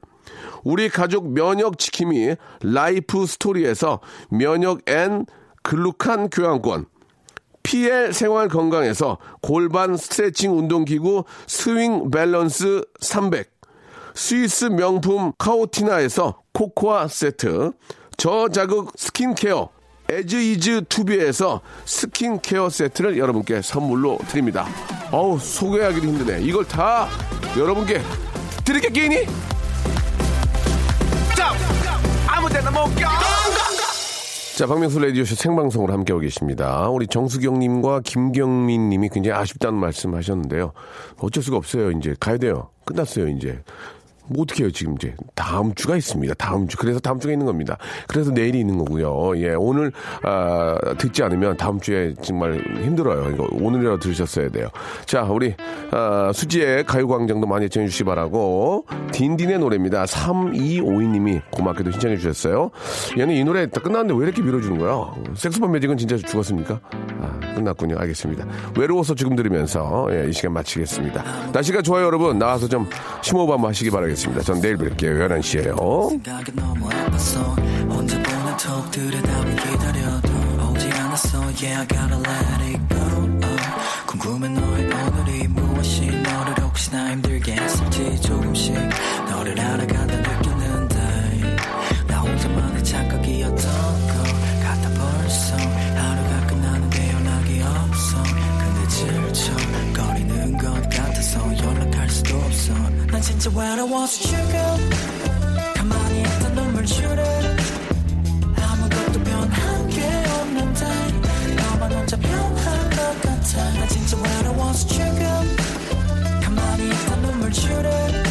우리 가족 면역 지킴이 라이프 스토리에서 면역 앤 글루칸 교환권, PL 생활 건강에서 골반 스트레칭 운동기구 스윙 밸런스 300. 스위스 명품 카오티나에서 코코아 세트. 저자극 스킨케어 에즈이즈 투비에서 스킨케어 세트를 여러분께 선물로 드립니다. 어우, 소개하기도 힘드네. 이걸 다 여러분께 드릴게 끼니? 아무 데나 못 가. 자, 박명수 라디오쇼 생방송으로 함께하고 계십니다. 우리 정수경님과 김경민님이 굉장히 아쉽다는 말씀하셨는데요. 어쩔 수가 없어요. 이제 가야 돼요. 끝났어요. 이제 뭐 어떻게 해요 지금 이제 다음 주가 있습니다. 다음 주 그래서 다음 주가 있는 겁니다. 그래서 내일이 있는 거고요. 예, 오늘 아, 듣지 않으면 다음 주에 정말 힘들어요. 이거 오늘이라도 들으셨어야 돼요. 자, 우리 아, 수지의 가요광장도 많이 애청해 주시기 바라고 딘딘의 노래입니다. 3252님이 고맙게도 신청해 주셨어요. 얘는 이 노래 다 끝났는데 왜 이렇게 밀어주는 거야? 섹스폰 매직은 진짜 죽었습니까? 아, 끝났군요. 알겠습니다. 외로워서 지금 들으면서 예, 이 시간 마치겠습니다. 날씨가 좋아요, 여러분. 나와서 좀 심호흡 한번 하시기 바라겠습니다. 전 내일 뵐게요. 11시에요. 생각이 너무 아파서 혼자 보낸 톡들의 답을 기다려도 오지 않았어 Yeah I gotta let it go oh. 궁금해 너의 오늘이 무엇이 너를 혹시나 힘들게 했을지 조금씩 너를 알아간다 느꼈는데 나 혼자만의 착각이었던 것 같아 벌써 하루가 끝나는데 연락이 없어 근데 질척거리는 것 같아서 연락할 수도 없어 난 진짜 외로워서 지금 가만히 있던 눈물 줄을 아무것도 변한 게 없는데 너만 혼자 변한 것 같아 나 진짜 외로워서 지금 가만히 있던 눈물 줄을 아, 예.